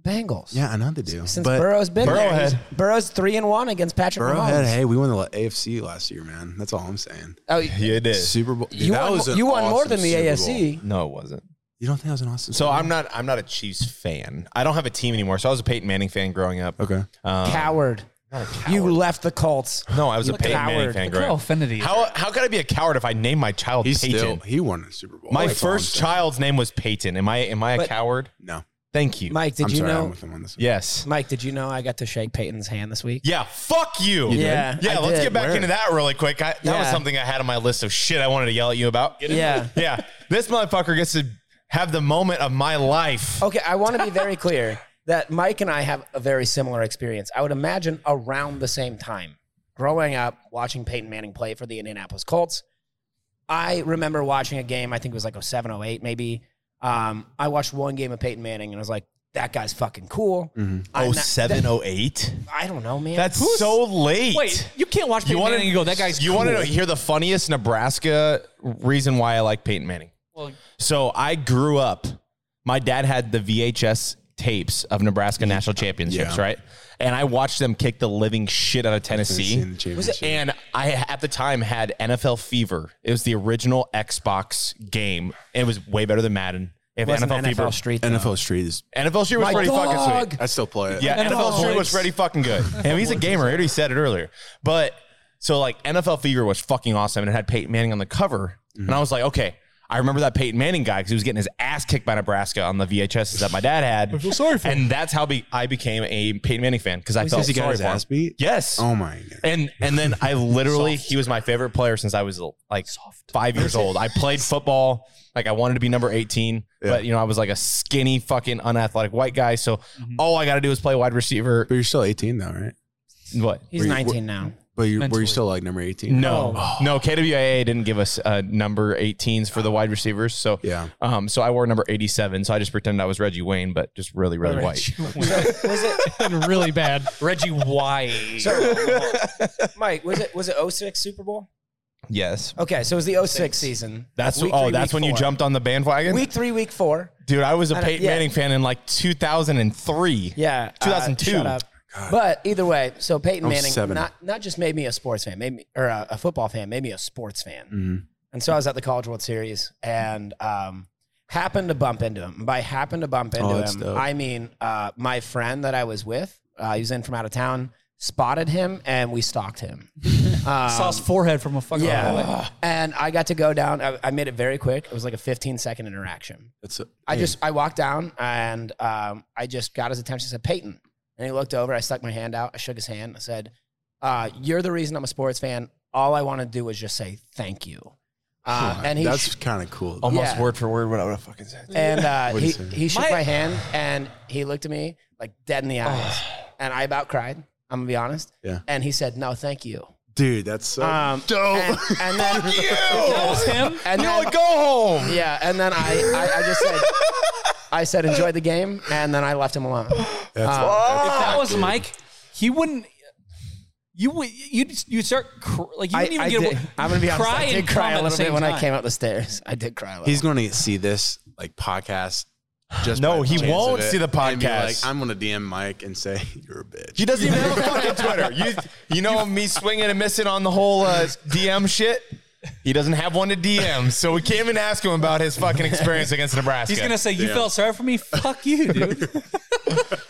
Bengals.
Yeah, I know they do.
Since
but
Burrow's been there,
Burrowhead.
he's- Burrow's three and one against Patrick
Burrow
Mahomes.
had, hey, we won the AFC last year, man. That's all I'm saying.
Oh,
Yeah, it did.
Super Bowl. Dude,
you
that
won,
was an
you won more
awesome
than the
Super Bowl.
AFC.
No, it wasn't.
You don't think that was an awesome?
So
Super
I'm not. I'm not a Chiefs fan. I don't have a team anymore. So I was a Peyton Manning fan growing up.
Bowl? Okay.
Um,
coward. You left the Colts.
No, I was a
Look at
Peyton Manning
Howard.
fan
Look
growing
how
up.
Oh, offended he is.
How how could I be a coward if I named my child
He's
Peyton?
still, he won a Super Bowl.
my
That's all I'm
first
saying.
child's name was Peyton. Am I am I a
But-
coward?
No.
Thank you.
Mike, did
I'm
you
sorry, I'm
know?
with him on this.
yes.
Mike, did you know I got to shake Peyton's hand this week?
Yeah. Fuck you.
You Yeah, did?
Yeah.
I
let's
did.
get back
Where?
into that really quick. I, that was
Yeah.
something I had on my list of shit I wanted to yell at you about.
Yeah.
yeah. This motherfucker gets to have the moment of my life.
Okay, I want to be very clear that Mike and I have a very similar experience. I would imagine around the same time. Growing up, watching Peyton Manning play for the Indianapolis Colts, I remember watching a game, I think it was like 07, 08 maybe. Um, I watched one game of Peyton Manning and I was like, that guy's fucking cool.
Mm-hmm.
I'm
Oh
not-
seven oh eight.
that- I don't know, man.
That's so late.
Wait, you can't watch Peyton
wanna-
Manning and go, that guy's
You
cool.
want to hear the funniest Nebraska reason why I like Peyton Manning?
Well-
so I grew up. My dad had the VHS tapes of Nebraska national championships,
Yeah.
right? And I watched them kick the living shit out of Tennessee.
Tennessee in the championship.
And I at the time had NFL Fever. It was the original Xbox game. It was way better than Madden. If
Wasn't
NFL, Fever,
Street. though.
NFL Street is.
NFL Street was
My
pretty fucking sweet.
dog.
I still play it.
Yeah,
NFL
NFL Street
Blitz.
was pretty fucking good. and he's a gamer. I already said it earlier. But so like NFL Fever was fucking awesome and it had Peyton Manning on the cover. And I was like, okay, I remember that Peyton Manning guy because he was getting his ass kicked by Nebraska on the VHSs that my dad had. I feel sorry for And that's how be- I became a Peyton Manning fan because I felt
Because he got
sorry
his
for him.
ass beat.
Yes.
Oh my god.
And and then I literally he was my favorite player since I was like five years old. I played football like I wanted to be number eighteen, but you know I was like a skinny fucking unathletic white guy. So
Mm-hmm.
all I got to do is play wide receiver.
But you're still 18 though, right?
What?
He's
Were you-
19 now.
But you, were
Mentally.
you still like number 18?
No, no. KWAA didn't give us uh, number 18s for the wide receivers. So
Yeah.
um, so I wore number 87. So I just pretended I was Reggie Wayne, but just really really white.
Was it
and really bad.
Reggie White.
so, Mike, was it was it 06 Super Bowl?
Yes.
Okay, so it was the 06 season.
That's
Week
oh,
three,
that's
week
when you
four.
jumped on the bandwagon.
Week three, week four.
Dude, I was a
I don't-
Peyton
yeah.
Manning fan in like 2003.
Yeah, uh,
2002.
shut up. But either way, so Peyton
I was
Manning
Oh, seven.
not not just made me a sports fan, made me or a, a football fan, made me a sports fan.
Mm-hmm.
And so I was at the College World Series and um, happened to bump into him. And by happened to bump into
Oh, that's
him,
dope.
I mean uh, my friend that I was with. Uh, he was in from out of town. Spotted him and we stalked him. Um,
Saw his forehead from a fucking
yeah, and I got to go down. I, I made it very quick. It was like a 15 second interaction.
That's a,
I
hey,
just I walked down and um, I just got his attention. I said Peyton, and he looked over. I stuck my hand out. I shook his hand. I said, uh, "You're the reason I'm a sports fan. All I want to do is just say thank you." Uh,
Huh,
and he Oh,
that's kind of cool.
Almost Yeah. word
for word what I would have fucking said.
and uh,
What'd
he,
say?
he shook
My-
my, hand and he looked at me like dead in the eyes, and I about cried. I'm gonna be honest.
Oh. Yeah.
And he said, "No, thank you."
dude, that's so
Um,
dope.
And, and then
That was him.
And
You
then,
would go home.
yeah, and then I, I, I just said, I said, enjoy the game, and then I left him alone.
That's-
Um,
If that was
dude.
Mike, he wouldn't. You would you you start cr- like you
I,
wouldn't even
I
get.
did,
away-
I'm gonna be honest. I
and
did cry
come at
a
the
little bit
same
when I
time.
came up the stairs. I did cry a little.
He's going to see this like podcast. Just
No,
by
he
chance of
won't
it,
see the
and be like,
podcast.
I'm going to DM Mike and say you're a bitch.
He doesn't even have a fucking Twitter. You, you know me swinging and missing on the whole uh, DM shit. He doesn't have one to DM, so we can't even ask him about his fucking experience against Nebraska.
He's gonna say you
Damn.
felt sorry for me. Fuck you, dude.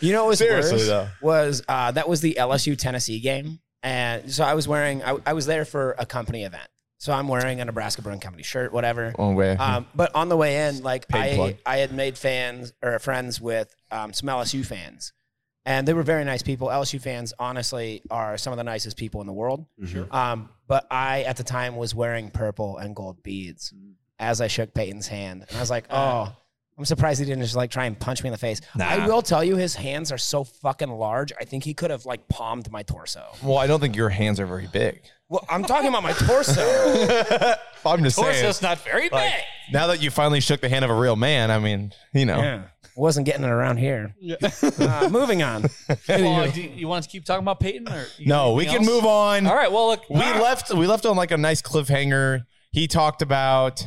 you know what was
Seriously,
worse
though.
was uh, that was the LSU Tennessee game, and so I was wearing. I, I was there for a company event, so I'm wearing a Nebraska Brewing Company shirt, whatever.
Oh, wait.
Um, but on the way in, like
Paid plug.
I, I had made fans or friends with um, some LSU fans, and they were very nice people. LSU fans, honestly, are some of the nicest people in the world.
Sure.
Um, but I, at the time, was wearing purple and gold beads as I shook Peyton's hand, and I was like, oh. I'm surprised he didn't just like try and punch me in the face. I will tell you, his hands are so fucking large. I think he could have like palmed my torso.
Well, I don't think your hands are very big.
Well, I'm talking about my torso.
I'm just saying.
Torso's not very
like,
big.
now that you finally shook the hand of a real man, I mean, you know.
Wasn't getting it around here. Uh, moving on.
Well, do you, you want to keep talking about Peyton? Or you
No,
got
we
anything
can
else?
move on.
All right. Well, look,
We left we left on like a nice cliffhanger. He talked about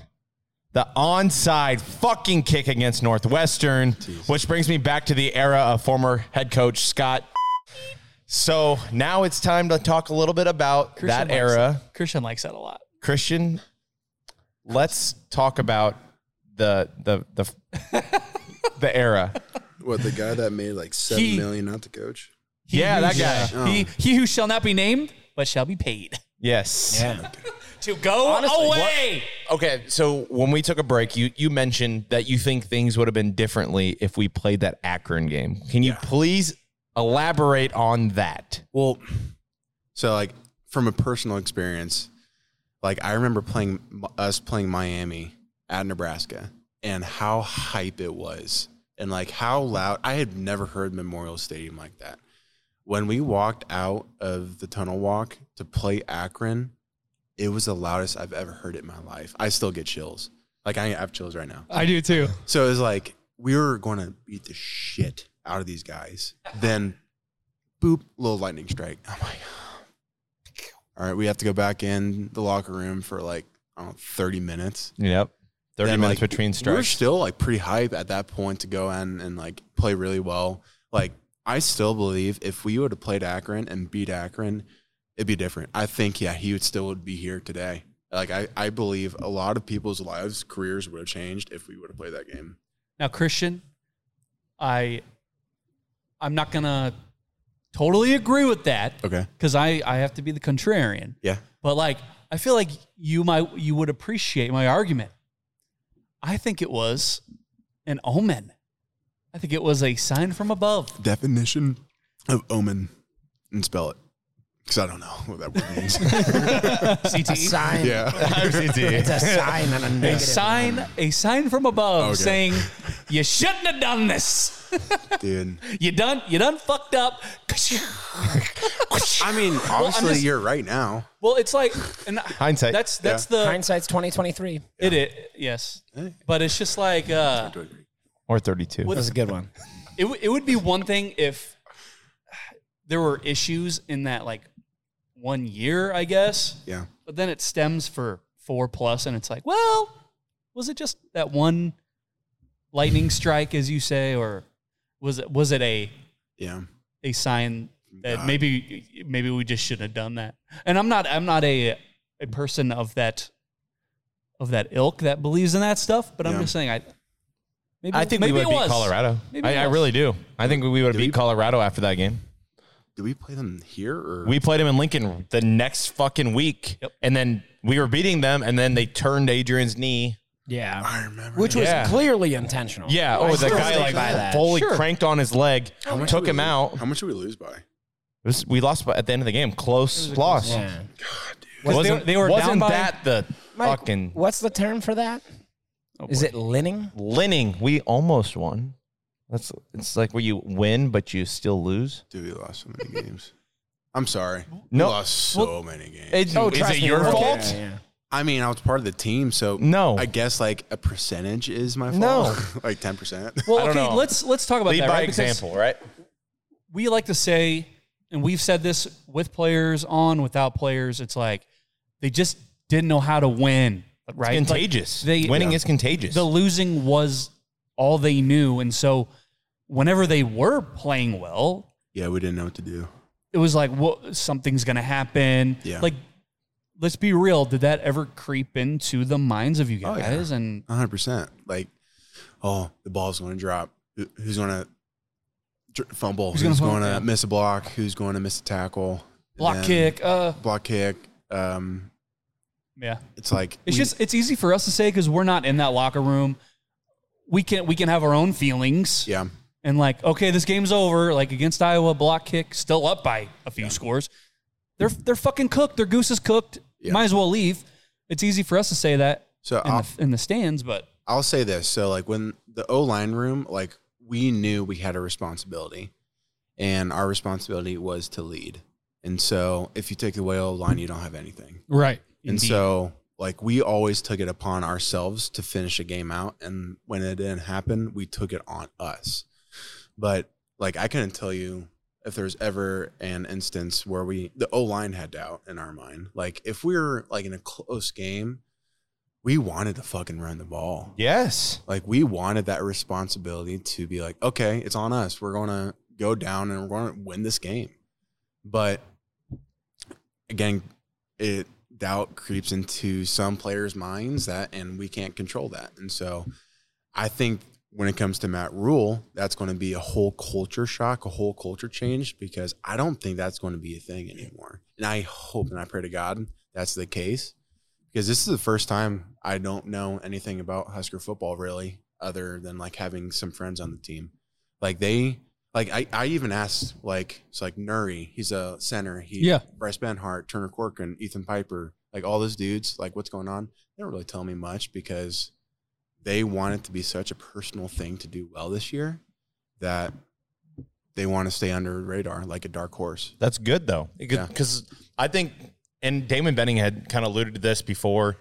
the onside fucking kick against Northwestern, which brings me back to the era of former head coach Scott. So now it's time to talk a little bit about that
likes
era.
that. Christian likes that a lot.
Christian, let's talk about the the the the era.
What the guy that made like seven
He-
million not to coach?
Yeah, that guy.
Yeah.
He he who shall not be named but shall be paid
Yes.
Yeah.
to go
Honestly,
away.
Okay, so when we took a break, you you mentioned that you think things would have been differently if we played that Akron game. Can you please elaborate on that?
Well, so like from a personal experience, like I remember playing us playing Miami at Nebraska and how hype it was and like how loud. I had never heard Memorial Stadium like that. When we walked out of the tunnel walk to play Akron, it was the loudest I've ever heard it in my life. I still get chills. Like I have chills right now.
I do too.
So it was like we were going to beat the shit out of these guys. Then, boop, little lightning strike. I'm like, all right, we have to go back in the locker room for like I don't know, 30 minutes.
Yep. 30
Then,
minutes
like,
between
We were
strikes.
still like pretty hype at that point to go in and like play really well. Like I still believe if we would have played Akron and beat Akron, it'd be different. I think yeah, he would still would be here today. Like I, I believe a lot of people's lives, careers would have changed if we would have played that game.
Now, Christian, I I'm not gonna totally agree with that
Okay.
because I I have to be the contrarian.
Yeah.
But like, I feel like you might you would appreciate my argument. I think it was an omen. I think it was a sign from above.
definition of omen and spell it because I don't know what that word means.
It's a sign.
yeah.
It's a sign and a
A
negative.
sign, a sign from above
Okay.
saying, "You shouldn't have done this.
Dude.
You done, you done fucked up."
I mean, honestly,
just-
you're right now.
Well, it's like, and
Hindsight.
that's that's the
Hindsight's 2023.
It is yes, but it's just like uh,
or 32.
That was a good one.
it. w- It would be one thing if there were issues in that like one year, I guess.
Yeah.
But then it stems for four plus, and it's like, well, was it just that one lightning strike, as you say, or was it was it a
yeah
a sign that
God.
maybe maybe we just shouldn't have done that? And I'm not I'm not a a person of that of that ilk that believes in that stuff, but I'm
Yeah.
just saying I. Maybe,
I think
maybe
we
it
would beat
was.
Colorado.
Maybe
I,
it
I
was.
really do. I think we would have beat Colorado after that game.
Did we play them here or
We played them in Lincoln the next fucking week, and then we were beating them, and then they turned Adrian's knee.
Yeah.
I remember.
Which was
Yeah.
clearly intentional.
Yeah.
I
Oh, the
still
guy
stand
like
by that.
fully
Sure.
cranked on his leg,
How much
took
did we
him
lose-
out.
How much did we lose by?
It was- we lost by- at the end of the game. Close loss.
Yeah.
Wasn't-
Because they were- they were down
wasn't
by-
that the
Mike,
fucking
What's the term for that? Is it linning?
Linning? We almost won. That's it's like where you win but you still lose.
Dude, we lost so many games. I'm sorry.
No.
we lost so
Well,
many games.
it's- Oh, is trust it me, your we're okay. fault? Yeah, yeah.
I mean, I was part of the team, so
no.
I guess like a percentage is my
No.
fault. like ten percent.
Well, okay, let's let's talk about
Lead
that.
by
right? Because
example, right?
We like to say, and we've said this with players on, without players. It's like they just didn't know how to win. Right? Like,
contagious. Winning is contagious.
The losing was all they knew, and so whenever they were playing well,
Yeah, we didn't know what to do.
it was like, "What? Something's going to happen."
Yeah.
Like, let's be real. Did that ever creep into the minds of you
Oh, yeah.
guys? And
100 percent. Like, oh, the ball's going to drop. Who- Who's going to dr- fumble?
Who's
Who's,
gonna fumble,
going
yeah.
to miss a block? Who's going to miss a tackle? And
Block
then
kick, uh.
block kick. Um,
yeah,
it's like
It's
we-
just it's easy for us to say because we're not in that locker room. We can we can have our own feelings.
Yeah.
And like, okay, this game's over. Like against Iowa, block kick, still up by a few scores. They're they're fucking cooked. Their goose is cooked.
Yeah. Uh,
Might as well leave. It's easy for us to say that
so
in,
I'll-
the, in the stands, but
I'll say this. So like when the O line room, like we knew we had a responsibility, and our responsibility was to lead. And so if you take away O line, you don't have anything.
Right.
And so like we always took it upon ourselves to finish a game out, and when it didn't happen, we took it on us. But like I couldn't tell you if there's ever an instance where we the O line had doubt in our mind. Like if we were like in a close game, we wanted to fucking run the ball.
Yes.
Like we wanted that responsibility to be like, okay, it's on us. We're going to go down and we're going to win this game. But again, it doubt creeps into some players' minds that, and we can't control that. And so, I think when it comes to Matt Rule, that's going to be a whole culture shock, a whole culture change, because I don't think that's going to be a thing anymore. And I hope and I pray to God that's the case, because this is the first time I don't know anything about Husker football really, other than like having some friends on the team. Like they, like I, I even asked like it's like Nuri, he's a center. He,
Yeah.
Bryce Benhart, Turner Corcoran, Ethan Piper, like all those dudes, like what's going on? They don't really tell me much because they want it to be such a personal thing to do well this year that they want to stay under the radar like a dark horse.
That's good though,
Yeah.
because I think, and Damon Benning had kind of alluded to this before,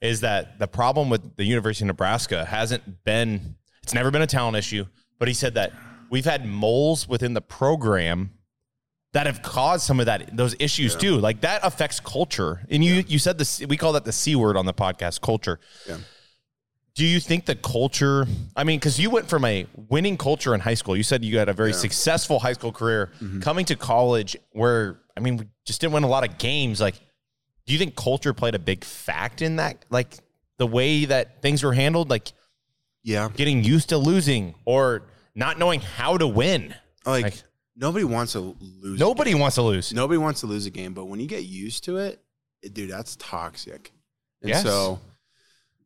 is that the problem with the University of Nebraska hasn't been, it's never been a talent issue, but he said that we've had moles within the program that have caused some of that those issues too. Like that affects culture, and you you said this, we call that the c word on the podcast, culture.
Yeah.
Do you think the culture? I mean, because you went from a winning culture in high school. You said you had a very successful high school career. Coming to college, where I mean, we just didn't win a lot of games. Like, do you think culture played a big fact in that? Like the way that things were handled, like
yeah,
getting used to losing or not knowing how to win.
Like, nobody wants to lose.
Nobody wants to lose.
Nobody wants to lose a game, but when you get used to it, it- dude, that's toxic. And
Yes.
so,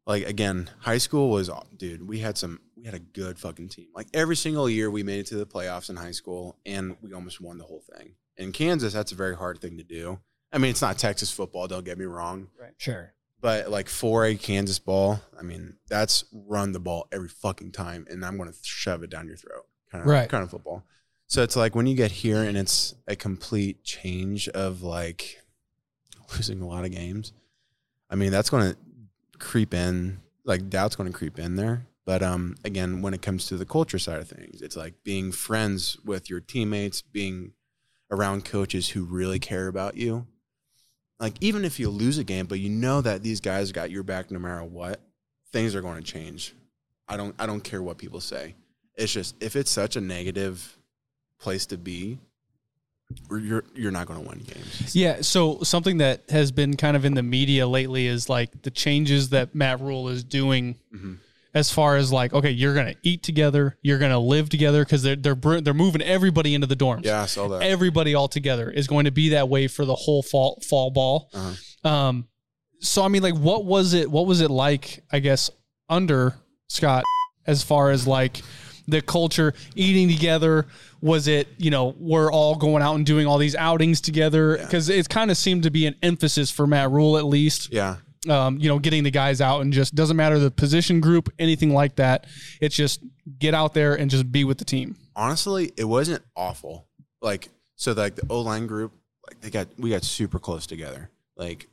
like again, high school was dude. We had some. We had a good fucking team. Like every single year, we made it to the playoffs in high school, and we almost won the whole thing. In Kansas, that's a very hard thing to do. I mean, it's not Texas football. Don't get me wrong.
Sure.
But like for a Kansas ball, I mean, that's run the ball every fucking time, and I'm going to shove it down your throat, kind of
Right.
kind of football. So it's like when you get here and it's a complete change of like losing a lot of games. I mean, that's going to creep in, like doubt's going to creep in there. But um, again, when it comes to the culture side of things, it's like being friends with your teammates, being around coaches who really care about you like even if you lose a game, but you know that these guys got your back no matter what, things are going to change. I don't I don't care what people say. It's just if it's such a negative place to be, you're you're not going to win games.
Yeah. So something that has been kind of in the media lately is like the changes that Matt Rule is doing. As far as like, okay, you're gonna eat together, you're gonna live together, because they're they're br- they're moving everybody into the dorms.
Yeah, I saw that.
Everybody all together is going to be that way for the whole fall fall ball. Um, so I mean, like, what was it? What was it like? I guess under Scott, as far as like the culture eating together was it you know we're all going out and doing all these outings together because it kind of seemed to be an emphasis for matt rule at least
yeah
um, you know getting the guys out and just doesn't matter the position group anything like that it's just get out there and just be with the team
honestly, it wasn't awful. Like so, like the O line group, like they got we got super close together. Like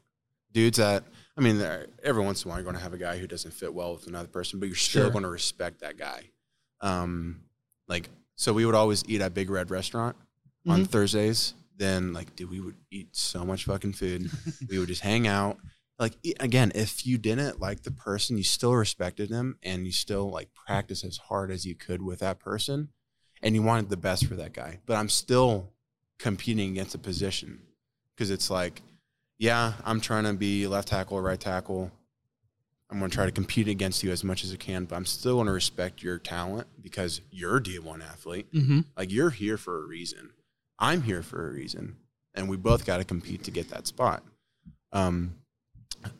dudes that I mean, there- every once in a while you're going to have a guy who doesn't fit well with another person, but you're still
Sure.
going to respect that guy. Um, like so, we would always eat at Big Red Restaurant on
Mhm.
Thursdays. Then like, dude, we would eat so much fucking food. we would just hang out. Like e- again, if you didn't like the person, you still respected them, and you still like practice as hard as you could with that person and you wanted the best for that guy. But I'm still competing against a position because it's like, yeah, I'm trying to be left tackle, right tackle. I'm going to try to compete against you as much as I can, but I'm still going to respect your talent because you're a D1 athlete.
Mhm.
Like you're here for a reason. I'm here for a reason, and we both got to compete to get that spot. Um,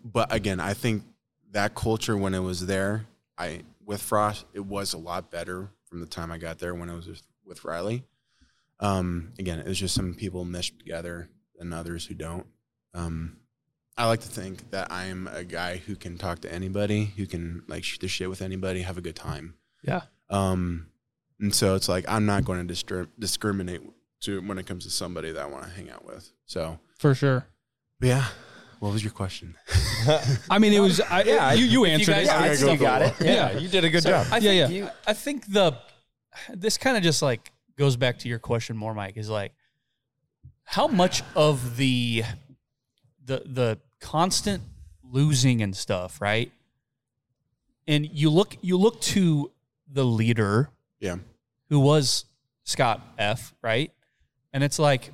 but again, I think that culture when it was there, I with Frost, it was a lot better from the time I got there when it was with- with Riley. Um, again, it was just some people meshed together and others who don't. Um, I like to think that I'm a guy who can talk to anybody, who can like shoot the shit with anybody, have a good time.
Yeah.
Um, and so it's like I'm not going to distur- discriminate to when it comes to somebody that I want to hang out with. So
for sure
yeah. What was your question?
I mean, it was. I,
Yeah,
you, you
if you
answered
guys-
it.
Yeah, I still got it.
Yeah.
you did a good
So,
job.
I
Yeah,
think
yeah.
You, I think the this kind of just like goes back to your question more, Mike. Is like how much of the the the constant losing and stuff, right? And you look you look to the leader,
yeah,
who was Scott F, right? And it's like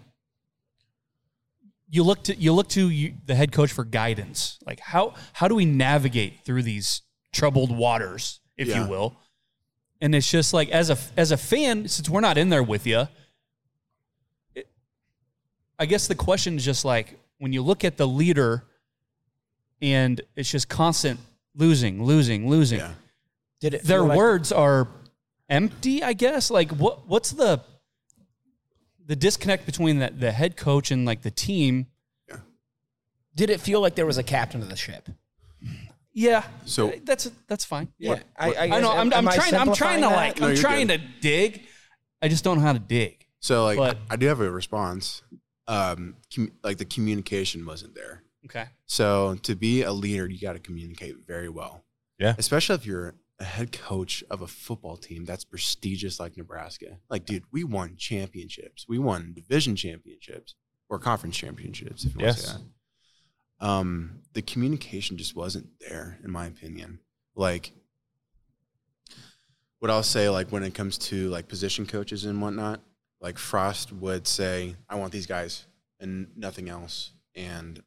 you look to you look to you, the head coach for guidance. Like how how do we navigate through these troubled waters, if
Yeah.
you will? And it's just like as a as a fan, since we're not in there with you, it, I guess the question is just like when you look at the leader, and it's just constant losing, losing, losing.
Did it
Their
feel like-
words are empty, I guess. Like what what's the the disconnect between that the head coach and like the team?
Did it feel like there was a captain of the ship?
Yeah.
So-
that's that's fine.
Yeah, What- I- what- I
know.
guess-
I'm,
am
I'm
I
trying. I'm trying to
simplifying
like.
that? No,
I'm
you're
trying
good.
to dig. I just don't know how to dig.
So like
But-
I do have a response. Um, com- like the communication wasn't there.
Okay.
So to be a leader, you got to communicate very well.
Yeah.
Especially if you're a head coach of a football team that's prestigious like Nebraska. Like, dude, we won championships. We won division championships or conference championships. If you want to
Yes.
say that. Um, the communication just wasn't there, in my opinion. Like, what I'll say, like when it comes to like position coaches and whatnot, like Frost would say, "I want these guys and nothing else." And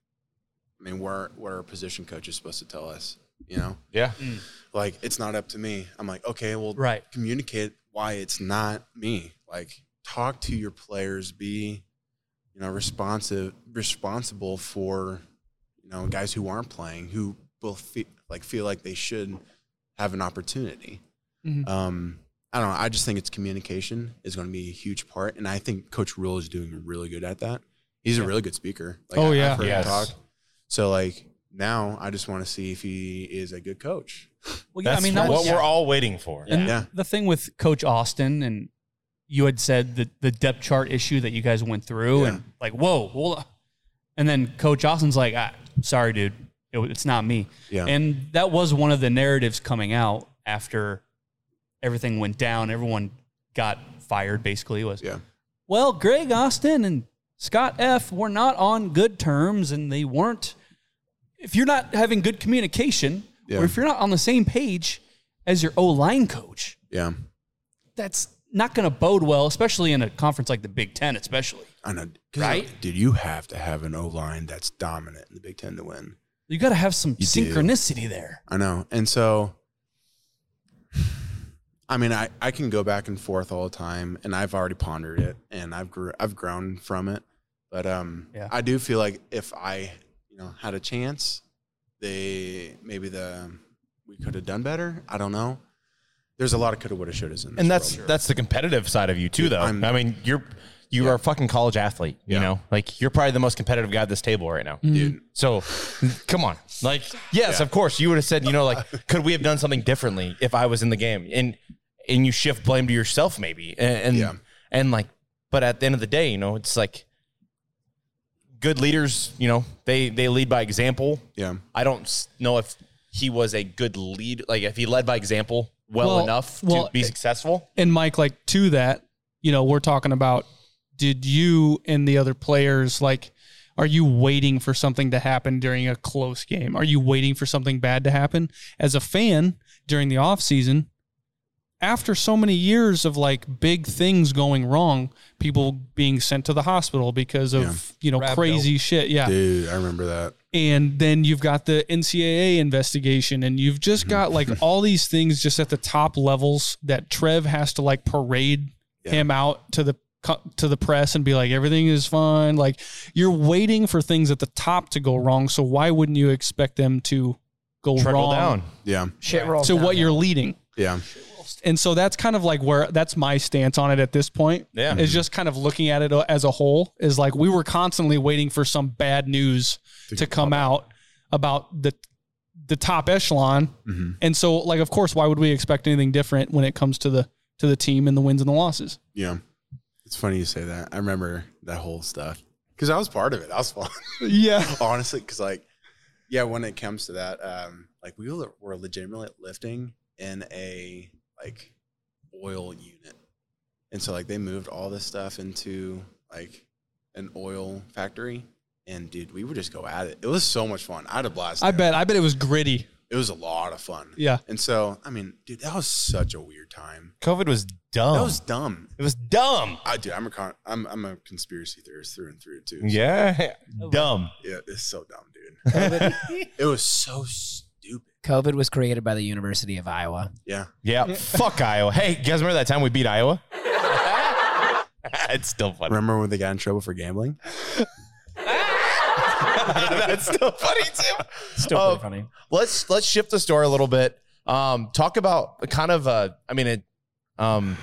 I mean, what are- what are position coaches supposed to tell us? You know?
Yeah.
Mm.
Like it's not up to me. I'm like, okay, well,
Right.
Communicate why it's not me. Like, talk to your players. Be, you know, responsive, responsible for, you know, guys who aren't playing who will feel like feel like they should have an opportunity.
Mhm.
Um, I don't know. I just think it's communication is going to be a huge part, and I think Coach Rule is doing really good at that. He's a really good speaker. Like,
Oh,
I- I've
yeah.
heard him
Yes.
talk. So like now, I just want to see if he is a good coach.
Well, yeah, I That's mean, that what was- we're all
waiting for.
And the thing with Coach Austin and you had said the, the depth chart issue that you guys went through and like, whoa, hold on. And then Coach Austin's like, ah, sorry, dude, It wa- it's not me.
Yeah.
And that was one of the narratives coming out after everything went down. Everyone got fired, basically. Was
yeah.
Well, Greg Austin and Scott F were not on good terms and they weren't if you're not having good communication
Yeah.
or if you're not on the same page as your O-line coach,
Yeah.
that's not going to bode well, especially in a conference like the Big 10 especially.
I know. 'Cause,
Right?
Dude, you have to have an O line that's dominant in the Big Ten to win.
You got to have some
You do.
synchronicity there.
I know. And so, I mean, I, I can go back and forth all the time, and I've already pondered it, and I've grew, I've grown from it. But um,
Yeah.
I do feel like if I, you know, had a chance, they maybe the we could have done better. I don't know. There's a lot of coulda, woulda, shouldas in this.
and that's
world.
that's the competitive side of you too, though.
I'm-
i mean, you're you are a fucking college athlete. You know, like you're probably the most competitive guy at this table right now,
Dude.
So, come on, like yes, of course, you would have said, you know, like could we have done something differently if I was in the game? And and you shift blame to yourself maybe, and and, and like, but at the end of the day, you know, it's like good leaders, you know, they they lead by example.
Yeah.
I don't s- know if he was a good lead, like if he led by example well,
Well,
enough
well,
to be successful.
And Mike, like to that, you know, we're talking about did you and the other players like are you waiting for something to happen during a close game? Are you waiting for something bad to happen? As a fan during the offseason, after so many years of like big things going wrong, people being sent to the hospital because of,
Yeah.
you know,
Rhabdo.
crazy shit. Yeah
dude, I remember that.
and then you've got the NCAA investigation, and you've
Mm-hmm.
just got like all these things just at the top levels that Trev has to like parade him out to the co- to the press and be like everything is fine. Like you're waiting for things at the top to go wrong, so why wouldn't you expect them to go
Trickle
wrong
down.
Yeah.
Shit rolls
to
down
what
hill.
you're leading?
Yeah.
And so that's kind of like where that's my stance on it at this point.
Yeah.
Is just kind of looking at it as a whole is like we were constantly waiting for some bad news to come out about the the top echelon. And so like of course why would we expect anything different when it comes to the to the team and the wins and the losses?
Yeah. It's funny you say that. I remember that whole stuff because I was part of it. I was fun.
Yeah.
Honestly, because like, yeah, when it comes to that, um, like we were were legitimately lifting in a like oil unit, and so like they moved all this stuff into like an oil factory, and dude, we would just go at it. It was so much fun. I had a blast.
I
there.
bet I bet it was gritty.
it was a lot of fun.
Yeah.
And so, I mean, dude, that was such a weird time.
COVID was dumb.
That was dumb.
it was dumb.
I do. I'm a con- I'm I'm a conspiracy theorist through and through too.
Yeah. Dumb.
Yeah, it's so dumb, dude. it was so stupid.
COVID was created by the University of Iowa.
Yeah.
Yeah. Fuck Iowa. Hey, you guys remember that time we beat Iowa? it's still funny.
Remember when they got in trouble for gambling?
That's still funny too.
Still
Uh,
pretty funny.
Let's let's shift the story a little bit. Um, talk about kind of a, I mean, it, um,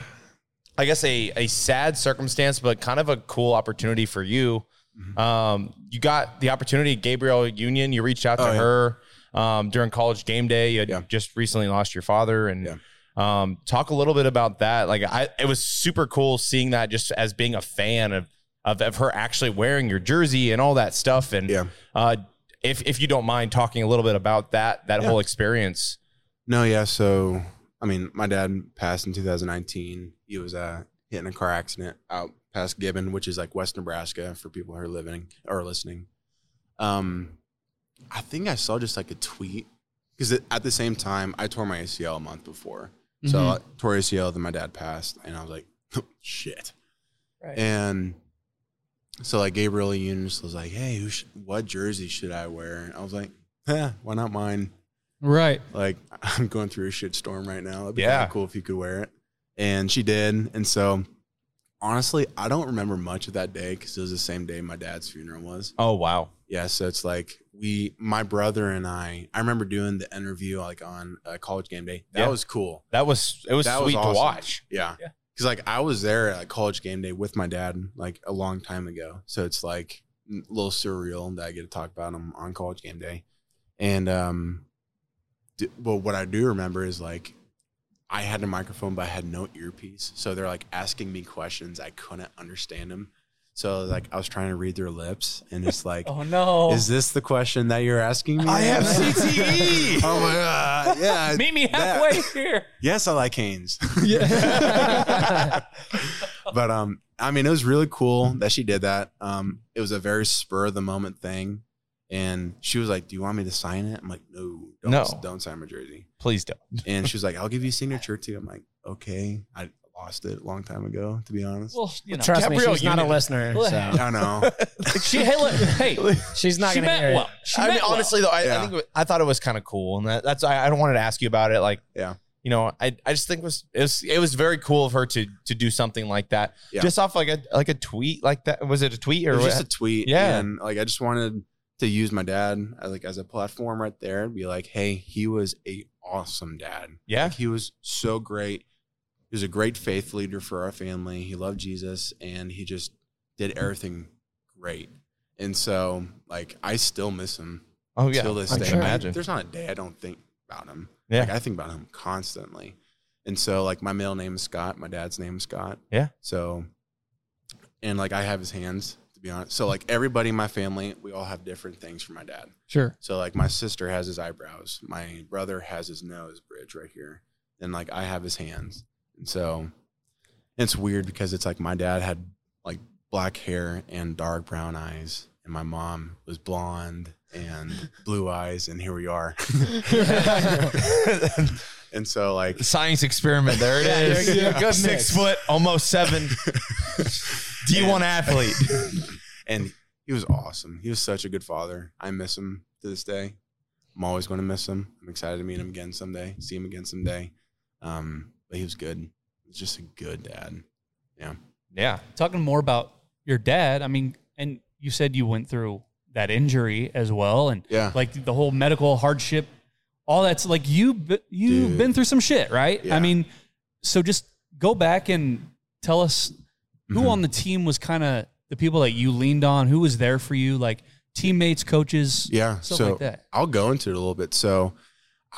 I guess a a sad circumstance, but kind of a cool opportunity for you.
Mm-hmm.
Um, you got the opportunity, Gabriel Union. You reached out to
Oh, yeah.
her um, during college game day. You had just recently lost your father, and um, talk a little bit about that. Like, I it was super cool seeing that just as being a fan of of, of her actually wearing your jersey and all that stuff. And
Yeah.
uh, if if you don't mind talking a little bit about that that
Yeah.
whole experience.
No, yeah. So, I mean, my dad passed in 2019. He was uh, hit in a car accident out past Gibbon, which is like West Nebraska for people who are living or listening. Um, I think I saw just like a tweet because at the same time I tore my ACL a month before, so I
Mhm.
tore ACL. Then my dad passed, and I was like, shit.
Right.
And so like Gabriel Union was like, hey, who sh- what jersey should I wear? And I was like, yeah, why not mine?
Right.
Like I'm going through a shit storm right now. It'd be
Yeah.
kinda cool if you could wear it. And she did. And so honestly, I don't remember much of that day because it was the same day my dad's funeral was.
Oh wow.
Yeah, so it's like we, my brother and I. I remember doing the interview like on uh, college game day. That
Yeah.
was cool.
That was it was
That
sweet
awesome.
to watch.
Yeah,
Yeah.
because like I was there at college game day with my dad like a long time ago. So it's like a little surreal that I get to talk about him on college game day. And um, d- well, what I do remember is like I had a microphone, but I had no earpiece. So they're like asking me questions. I couldn't understand them. So like I was trying to read their lips, and it's like
Oh no.
is this the question that you're asking me?
I have E.
CTE. oh my god. Yeah.
Meet me
that-
halfway here.
Yes, I like Haynes.
Yeah.
but um I mean, it was really cool that she did that. Um, it was a very spur of the moment thing. And she was like, Do you want me to sign it? I'm like, No, don't,
No.
don't sign my jersey.
Please don't.
And she was like, I'll give you a signature too. I'm like, Okay. I lost it a long time ago, to be honest.
Well, you know,
Trust me,
Gabrielle
she's not a
Union.
listener.
Well,
So.
I know.
she, hey, look, hey,
she's not
she
gonna
meant
hear it.
well. She
I mean,
meant well.
honestly though, I,
Yeah.
I think it was, I thought it was kind of cool, and that, that's I, I don't wanted to ask you about it. Like,
Yeah.
you know, I, I just think it was it was it was very cool of her to to do something like that,
Yeah.
just off like a like a tweet like that. Was it a tweet
It
or
was
what?
just a tweet.
Yeah.
And like I just wanted to use my dad uh, like as a platform right there and be like, hey, he was a awesome dad.
yeah,
Like, he was so great. He was a great faith leader for our family. He loved Jesus and he just did everything great. And so, like, I still miss him.
oh yeah,
Till this
I
day.
can
I-
imagine.
there's not a day I don't think about him.
Yeah.
Like, I think about him constantly. And so, like, my middle name is Scott. My dad's name is Scott.
Yeah.
So, and like, I have his hands, to be honest. So, like, everybody in my family, we all have different things for my dad.
Sure.
So like my sister has his eyebrows, my brother has his nose bridge right here, and like I have his hands. And so it's weird because it's like my dad had like black hair and dark brown eyes, and my mom was blonde and blue eyes, and here we are. and so like
Science experiment. There it
Yeah, you're-
is.
you're a good
Six
mix.
foot, almost seven. D one athlete.
and he was awesome. He was such a good father. I miss him to this day. I'm always going to miss him. I'm excited to meet him again someday, see him again someday. Um, but he was good. He was just a good dad.
Yeah,
talking more about your dad, I mean, and you said you went through that injury as well, and
Yeah.
like the whole medical hardship, all that's like you b- you've
Dude.
been through some shit, right?
Yeah.
I mean, so just go back and tell us who
Mhm.
on the team was kind of the people that you leaned on, who was there for you, like teammates, coaches,
Yeah.
stuff
so
like that.
I'll go into it a little bit. So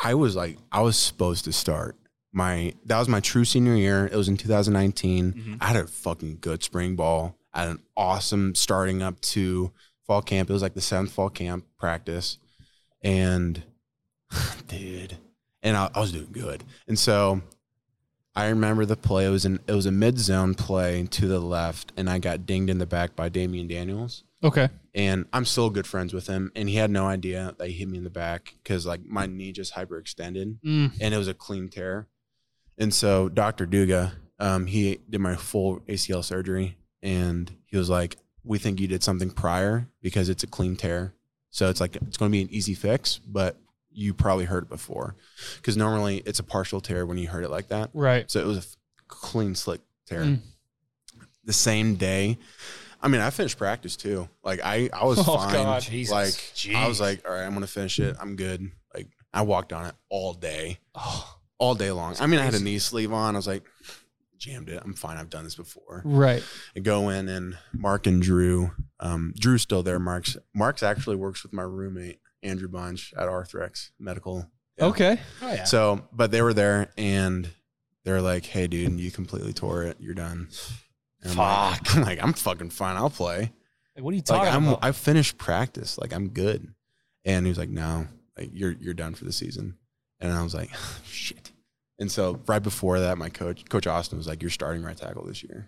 I was like, I was supposed to start my, that was my true senior year. It was in 2019.
Mhm.
I had a fucking good spring ball. I had an awesome starting up to fall camp. It was like the seventh fall camp practice. And dude, and I, I was doing good. And so I remember the play. It was an, it was a mid zone play to the left, and I got dinged in the back by Damian Daniels
Okay.
and I'm still good friends with him. And he had no idea that he hit me in the back because like my knee just hyperextended
Mm.
and it was a clean tear. And so Dr. Duga, um, he did my full ACL surgery and he was like, We think you did something prior because it's a clean tear. So it's like, it's going to be an easy fix, but you probably heard it before because normally it's a partial tear when you heard it like that.
Right.
So it was a f- clean slick tear.
Mm.
The same day, I mean, I finished practice too. Like I, I was
Oh,
fine.
God.
Jesus.
Like I was
Jeez.
like, all right, I'm gonna finish it. I'm good. Like I walked on it all day,
Oh,
all day long. I mean, I had a knee sleeve on. I was like, jammed it. I'm fine. I've done this before.
right.
I go in and Mark and Drew. Um, Drew's still there. Mark's Mark's actually works with my roommate Andrew Bunch at Arthrex Medical. Yeah.
Okay.
Oh yeah.
So, but they were there and they're like, "Hey, dude, you completely tore it. You're done." And I'm like- I'm like, I'm fucking fine. I'll play.
Like, what are you talking
Like I'm,
about?
I finished practice. Like I'm good. And he was like, "No, like you're you're done for the season." And I was like, "Shit." And so right before that, my coach, Coach Austin, was like, "You're starting right tackle this year."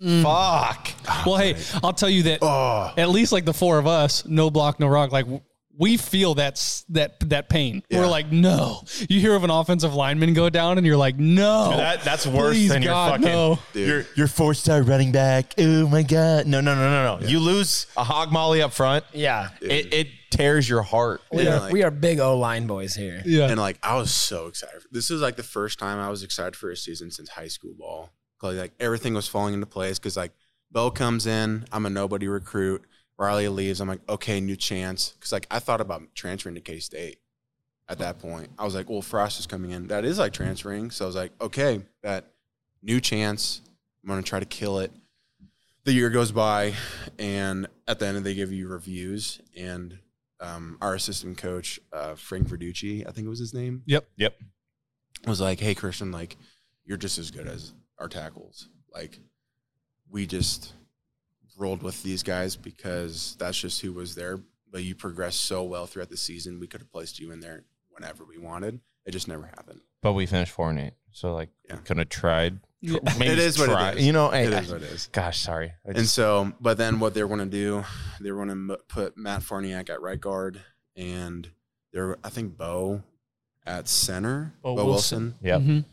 Fuck.
Well, hey, I'll tell you that
Oh,
at least like the four of us, no block, no rock, like w- we feel that's that that pain. We're
Yeah.
like, no. You hear of an offensive lineman go down, and you're like, no.
That that's worse
Please,
than
God,
your fucking
no.
Dude.
your your four star running back. Oh my god! No, no, no, no, no. You lose a hog molly up front.
yeah.
It, it tears your heart.
We,
Yeah,
are,
like-
we are big O line boys here.
yeah.
And like I was so excited. This is like the first time I was excited for a season since high school ball. 'Cause, like everything was falling into place because like Bo comes in, I'm a nobody recruit. Riley leaves. I'm like, okay, new chance. Because like I thought about transferring to K State at that point. I was like, well, Frost is coming in. That is like transferring. So I was like, okay, that new chance. I'm gonna try to kill it. The year goes by, and at the end they give you reviews. And um, our assistant coach, uh, Frank Verducci, I think it was his name,
Yep.
Yep.
was like, "Hey, Christian, like you're just as good as our tackles. Like we just rolled with these guys because that's just who was there. But you progressed so well throughout the season. We could have placed you in there whenever we wanted. It just never happened.
But we finished four and eight, so like
Yeah.
could have tried. Maybe
it is what
try-
it is.
You know, hey,
it
I-
is what it is.
Gosh, sorry. I
and
just-
so, but then what they're going to do, they're going to put Matt Farniak at right guard, and they're I think Bo at center.
Bo
Bo,
Wilson.
Wilson. Mm-hmm.
Yep.
Mhm.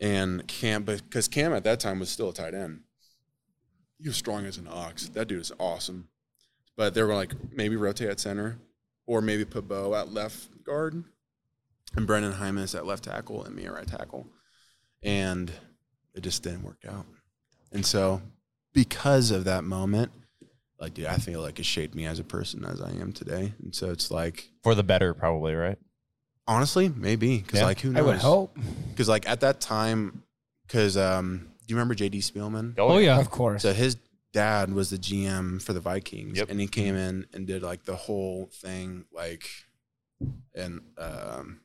And Cam, because Cam at that time was still a tight end. He was strong as an ox. That dude is awesome. But they were like maybe rotate at center, or maybe put Bo at left guard, and Brendan Hymus at left tackle, and me at right tackle, and it just didn't work out. And so, because of that moment, like, dude, I feel like it shaped me as a person as I am today. And so it's like,
for the better, probably, right?
honestly, maybe because
Yeah.
like who
I
knows?
would hope.
Because like at that time, because um, do you remember JD Spielman?
Oh, yeah.
Of course.
So his dad was the GM for the Vikings,
Yep.
and he came in and did like the whole thing, like, and um,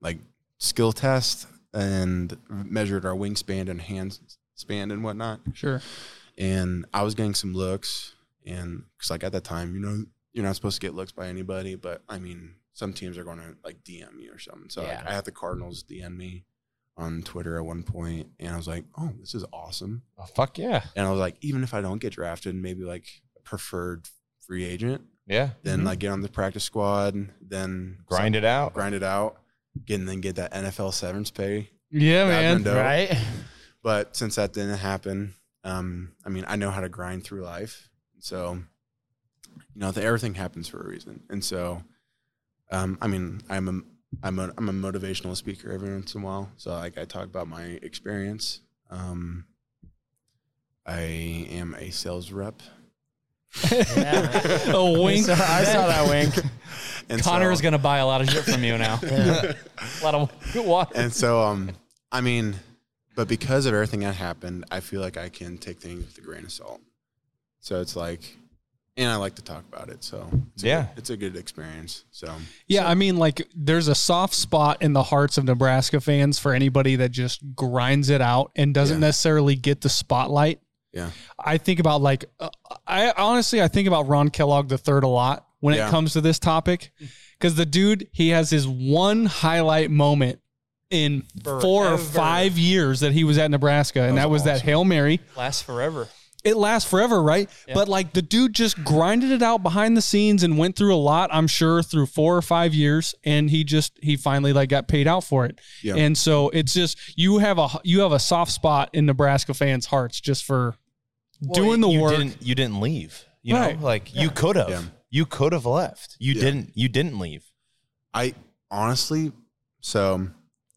like skill test and measured our wingspan and hand span and whatnot
Sure.
and I was getting some looks, and because like at that time, you know, you're not supposed to get looks by anybody, but I mean, some teams are going to like DM me or something. So like,
Yeah.
I had the Cardinals DM me on Twitter at one point, and I was like, oh, this is awesome.
Oh, fuck yeah.
And I was like, even if I don't get drafted, maybe like a preferred free agent,
Yeah. mm-hmm.
then like get on the practice squad, then
Grind it out.
grind it out, get and then get that NFL severance pay.
Yeah,
That'd been
man.
dope.
Eh,
But since that didn't happen, um, I mean, I know how to grind through life. So, you know, the, everything happens for a reason. And so, um, I mean, I'm a, I'm a, I'm a motivational speaker every once in a while. So like I talk about my experience. Um, I am a sales rep.
A wink.
I saw, I saw that wink.
And
Connor
so-
is going to buy a lot of shit from you now. a lot of good walk.
and so um i mean but because of everything that happened i feel like i can take things with a grain of salt so it's like and i like to talk about it so it's a-
Yeah.
it's a good experience so
Yeah, I mean, like, there's a soft spot in the hearts of Nebraska fans for anybody that just grinds it out and doesn't
Yeah.
necessarily get the spotlight.
yeah
I think about like uh, I honestly I think about Ron Kellogg the third a lot when it
Yeah.
comes to this topic because the dude he has his one highlight moment in four or
Forever.
five years that he was at Nebraska and that was that Hail Mary
Lasts forever.
it lasts forever, right? But like the dude just grinded it out behind the scenes and went through a lot, I'm sure, through four or five years, and he just he finally like got paid out for it.
Yeah.
And so it's just you have a you have a soft spot in Nebraska fans' hearts just for doing the
you
work.
Didn't, you didn't leave. You
Right.
know, like you could have.
Yeah.
You could have left. You
Yeah.
didn't. You didn't leave.
i honestly so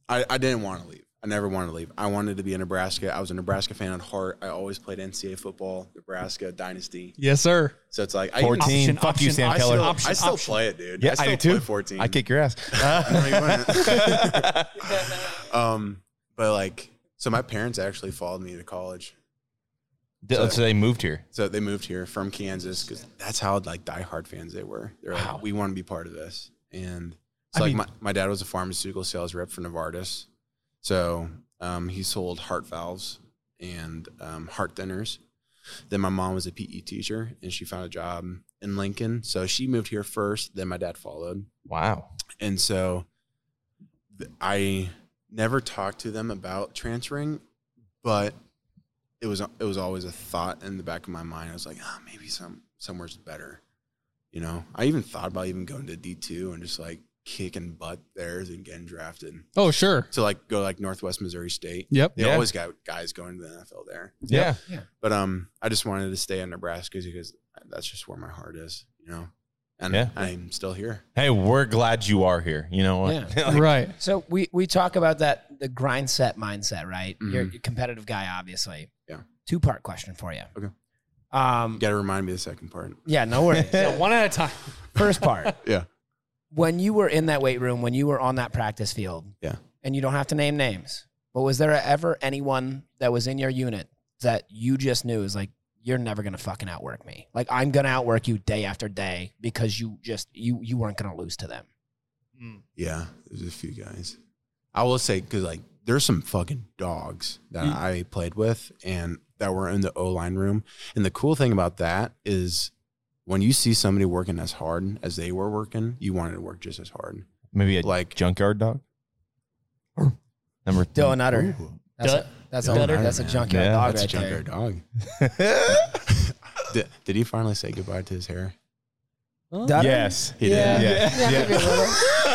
i i didn't want to leave i never wanted to leave i wanted to be in nebraska i was a nebraska fan at heart i always played ncaa football nebraska dynasty
Yes, sir.
so it's like i even,
Fourteen.
option,
Fuck you,
option,
Sam
I
Keller.
still,
Option,
I still
option.
play it, dude.
yeah,
I,
I,
still
do
play
too.
14.
I kick your ass.
No, you wouldn't. um, but like, so my parents actually followed me to college.
D- so they moved here.
So they moved here from Kansas because that's how like diehard fans they were. They're like, we want to be part of this. And so like my, my dad was a pharmaceutical sales rep for Novartis. So um, he sold heart valves and um, heart thinners. Then my mom was a PE teacher and she found a job in Lincoln. So she moved here first, then my dad followed.
Wow.
And so th- I never talked to them about transferring, but it was it was always a thought in the back of my mind. I was like, oh, maybe some somewhere's better. You know, I even thought about even going to D two and just like kicking butt there and getting drafted
Oh, sure.
to like go like Northwest Missouri State.
Yep.
They
Yeah.
always got guys going to the NFL there.
Yeah.
But um, I just wanted to stay in Nebraska because that's just where my heart is. You know, and
Yeah.
I'm still here.
Hey, we're glad you are here. You know what?
Yeah.
Like,
right.
So we we talk about that the grind set mindset, right? You're a competitive guy, obviously.
Mm-hmm. Yeah.
Two part question for you.
Okay.
Um.
Got to remind me of the second part.
Yeah. No worries.
Yeah, one at a time.
First part.
Yeah.
When you were in that weight room, when you were on that practice field.
Yeah.
And you don't have to name names, but was there ever anyone that was in your unit that you just knew is like, you're never gonna fucking outwork me. Like I'm gonna outwork you day after day because you just you you weren't gonna lose to them.
Yeah, there's a few guys. I will say because like there's some fucking dogs that
Mm.
I played with and that were in the O line room. And the cool thing about that is when you see somebody working as hard as they were working, you wanted to work just as hard.
Maybe a
Like-
junkyard dog. Number
Dylan Utter. That's,
Dylan-
That's a better. That's a junkyard dog.
That's
right
a junkyard
there.
dog. did, did he finally say goodbye to his hair?
Done?
Yes.
He
Yeah.
did.
Yeah. Yeah. maybe a little.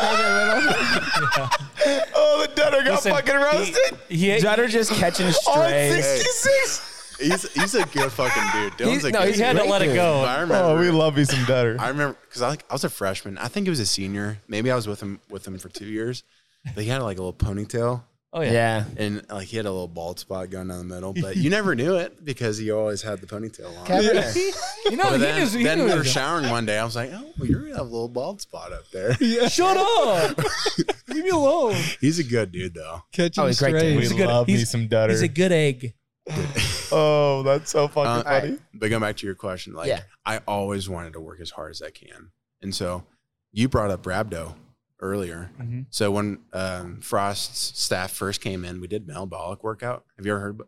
Maybe a little.
Oh, the Dutter got
Listen,
fucking roasted.
Dutter just catching
on
strays.
66.
He's he's a good fucking dude. Dylan's
He's-
a
no,
good
he's had to
dude.
let it go.
I remember.
Oh, we love me some Dutter.
I remember because I like I was a freshman. I think he was a senior. Maybe I was with him with him for two years. But he had like a little ponytail
Oh yeah.
yeah.
and like he had a little bald spot going down the middle. But you never knew it because he always had the ponytail on.
Cabernet.
You know,
But
he
then,
is. He
then we were
is-
showering one day. I was like, "Oh, well, you're gonna have a little bald spot up there."
Shut up. Leave me alone.
He's a good dude, though.
Catching
Oh, he's great, dude.
strays.
We
He's a good-
love me
he's-
some Dutter.
He's a good egg.
oh, that's so fucking
Uh,
funny.
But going back to your question, like
Yeah.
I always wanted to work as hard as I can, and so you brought up Rabdo earlier.
Mhm.
So when um, Frost's staff first came in, we did metabolic workout. Have you ever heard?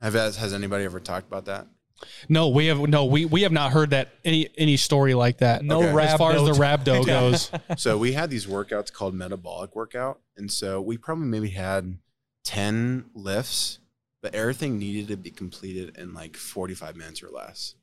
ab- Have has anybody ever talked about that?
No, we have no we we have not heard that any any story like that.
No
Okay.
as far as the
Rabdo
Rabdo
Yeah.
goes.
so we had these workouts called metabolic workout and so we probably maybe had 10 lifts but everything needed to be completed in like 45 minutes or less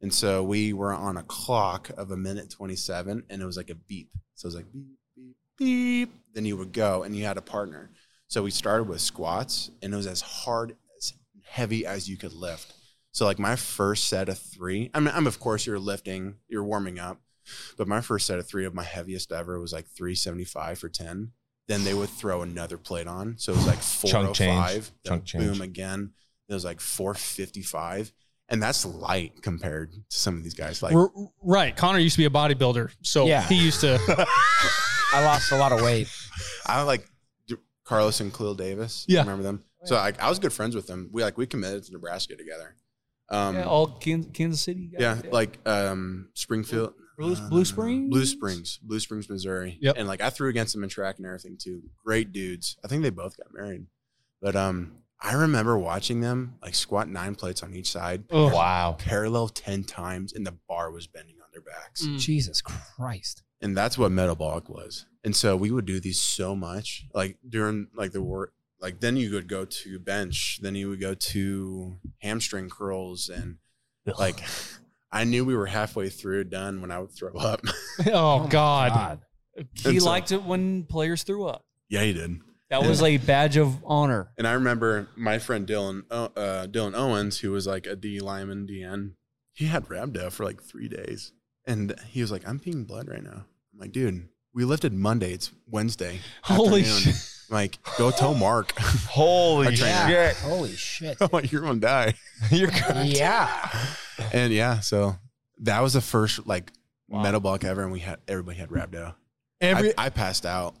and so we were on a clock of a minute 27 and it was like a beep so it was like beep beep beep then you would go and you had a partner so we started with squats and it was as hard as heavy as you could lift so like my first set of three i mean i'm of course you're lifting you're warming up but my first set of three of my heaviest ever was like 375 for 10. Then they would throw another plate on. So it was like
Chunk
405.
change.
then
Chunk change.
Boom again. It was like 455. And that's light compared to some of these guys. Like,
R- right. Connor used to be a bodybuilder. So
Yeah.
he used to
I lost a lot of weight.
I like D- Carlos and Cleo Davis.
Yeah.
Remember them? So like, I was good friends with them. We like, we committed to Nebraska together. Um,
Yeah,
yeah,
all Kan- Kansas City. guys.
like um, Springfield.
Blue,
Uh,
Blue Spring.
Blue Springs, Blue Springs, Missouri.
Yep.
And like I threw against them in track and everything too. Great dudes. I think they both got married. But um, I remember watching them like squat nine plates on each side,
Ugh.
Wow.
parallel ten times, and the bar was bending on their backs.
Mm.
Jesus Christ.
And that's what metabolic was. And so we would do these so much, like during like the work. Like then you would go to bench, then you would go to hamstring curls, and like I knew we were halfway through done when I would throw up.
Oh, God.
He
And so-
liked it when players threw up.
yeah, you did.
That
Yeah.
was a badge of honor.
And I remember my friend Dylan uh, uh, Dylan Owens, who was like a D lineman DN, he had rhabdo for like three days, and he was like, "I'm peeing blood right now." I'm like, "Dude, we lifted Monday. It's Wednesday.
Holy
afternoon." I'm like, go tell Mark.
Holy
Yeah. Holy shit.
I'm like, you're gonna die.
You're
yeah.
And yeah, so that was the first like
Wow.
metabolic ever, and we had everybody had rhabdo.
Every
I, I passed out.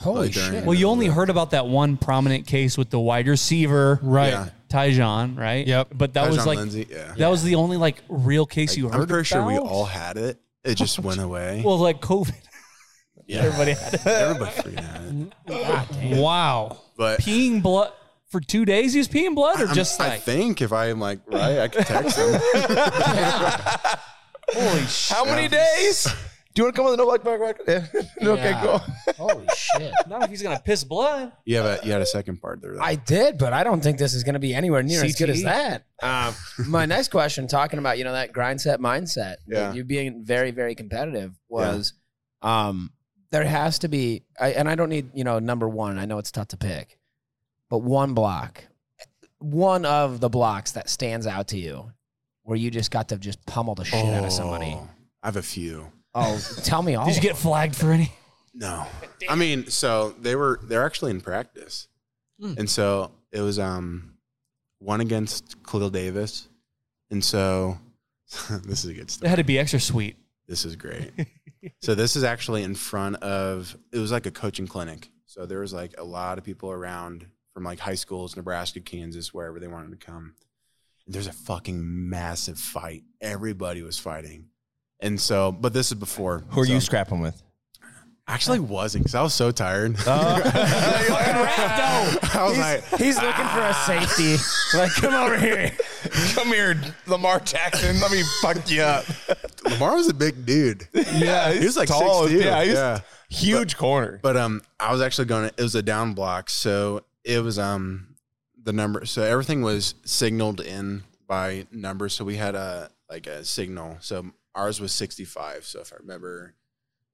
Holy
Like during-
shit.
Well, you only heard about that one prominent case with the wide receiver,
right.
Yeah.
Tyjon, right?
Yep.
But that was
Tyjon
like
Lindsey, yeah.
that was the only like real case you
Like,
heard.
I'm pretty sure we
about?
all had it. It just went away.
Well, like COVID,
yeah,
everybody had it.
everybody freaking had it.
Wow.
But
peeing blood for two days. He was peeing blood, or
I'm-
just
I
like
think if I'm like right, I can text him.
holy shit.
How many days? Do you want to come on the no like back Okay,
Yeah.
go.
Holy shit.
Not if he's gonna piss blood.
you have a you had a second part there. though.
I did, but I don't think this is going to be anywhere near as good as
CTE?
that. Um, my next question, talking about you know that grind set mindset,
Yeah.
you being very very competitive, was um, there has to be, I, and I don't need you know number one. I know it's tough to pick, but one block, one of the blocks that stands out to you, where you just got to just pummel the shit out of somebody.
Oh, I have a few.
Oh, tell me all.
Did you get flagged for any?
No, I mean, so they were they're actually in practice, and so it was um one against Khalil Davis, and so this is a good
It
story.
had to be extra sweet.
This is great. so this is actually in front of it was like a coaching clinic. So there was like a lot of people around from like high schools, Nebraska, Kansas, wherever they wanted to come. And there's a fucking massive fight. Everybody was fighting. And so, but this is before.
Who are you
so-
scrapping with?
Actually, wasn't because I was so tired.
Oh.
I was like,
He's looking for a safety. Like, come over here.
Come here, Lamar Jackson. Let me fuck you up.
Lamar was a big dude.
Yeah,
He was like
tall.
6'2".
Yeah, he's
yeah.
huge corner.
But um, I was actually going. to It was a down block, so it was um, the number. So everything was signaled in by numbers. So we had a like a signal. So ours was 65. So if I remember,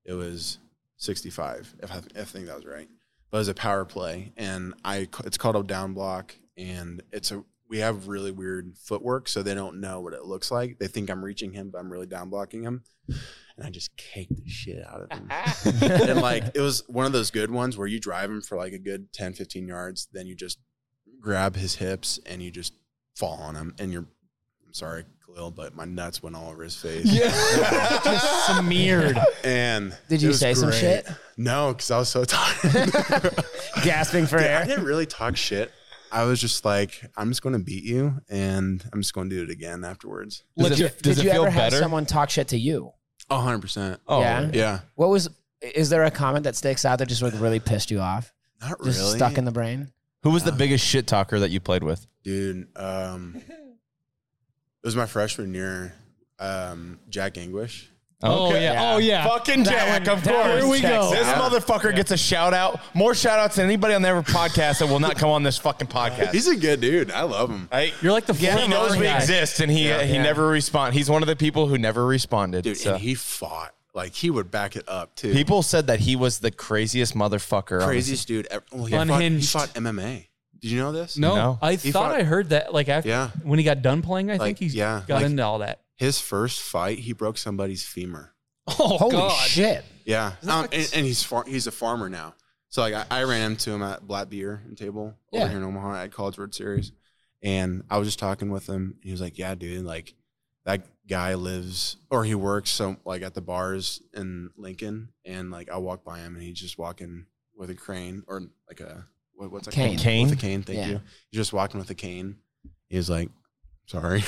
it was 65. If I, if I think that was right, but it was a power play, and I it's called a down block, and it's a we have really weird footwork, so they don't know what it looks like. They think I'm reaching him, but I'm really down blocking him. And I just caked the shit out of him. and like it was one of those good ones where you drive him for like a good 10, 15 yards, then you just grab his hips and you just fall on him. And you're, I'm sorry, Khalil, but my nuts went all over his face. Yeah.
Just smeared.
And
Did
it
you
was
say some
great.
shit?
No, because I was so tired.
Gasping for
Dude,
air.
I didn't really talk shit. I was just like, I'm just going to beat you and I'm just going to do it again afterwards.
Does it- did you ever have someone talk shit to you?
100%.
yeah.
Yeah.
What was? Is there a comment that sticks out that just like really pissed you off?
Not
Just
really.
stuck in the brain.
Who was the
Uh,
biggest shit talker that you played with?
dude. Um, it was my freshman year. Um, Jack Anguish.
Oh, yeah. Oh, yeah.
Fucking Jack, of course.
Here we go.
This
Yeah.
motherfucker gets a shout out. More shout outs than anybody on their podcast that will not come on this fucking podcast.
He's a good dude. I love him.
I-
You're like the
he
Flint
knows
Rider
we
guy.
exist and he uh,
Yeah.
he
Yeah.
never respond. He's one of the people who never responded.
uh,
Dude,
so.
and he fought. Like he would back it up too.
People said that he was the craziest motherfucker. on this-
craziest dude ever. Well, he fought, he
Unhinged.
fought MMA. Did you know this?
No.
No.
I
He
thought
fought-
I heard that. Like after
Yeah.
when he got done playing, I
Like,
think he's
yeah,
got
like-
into all that.
His first fight, he broke somebody's femur.
Oh,
Holy
God.
shit!
Yeah, um, and, and he's far, he's a farmer now. So like I, I ran into him at Black Beer and Table
Yeah.
over here in Omaha at College Road Series, and I was just talking with him. And he was like, "Yeah, dude, like that guy lives or he works so like at the bars in Lincoln, and like I walk by him and he's just walking with a crane or like a what, what's that
Cane.
called?
Cane?
with a cane. Thank
Yeah.
you. He's just walking with a cane. He's like, "Sorry,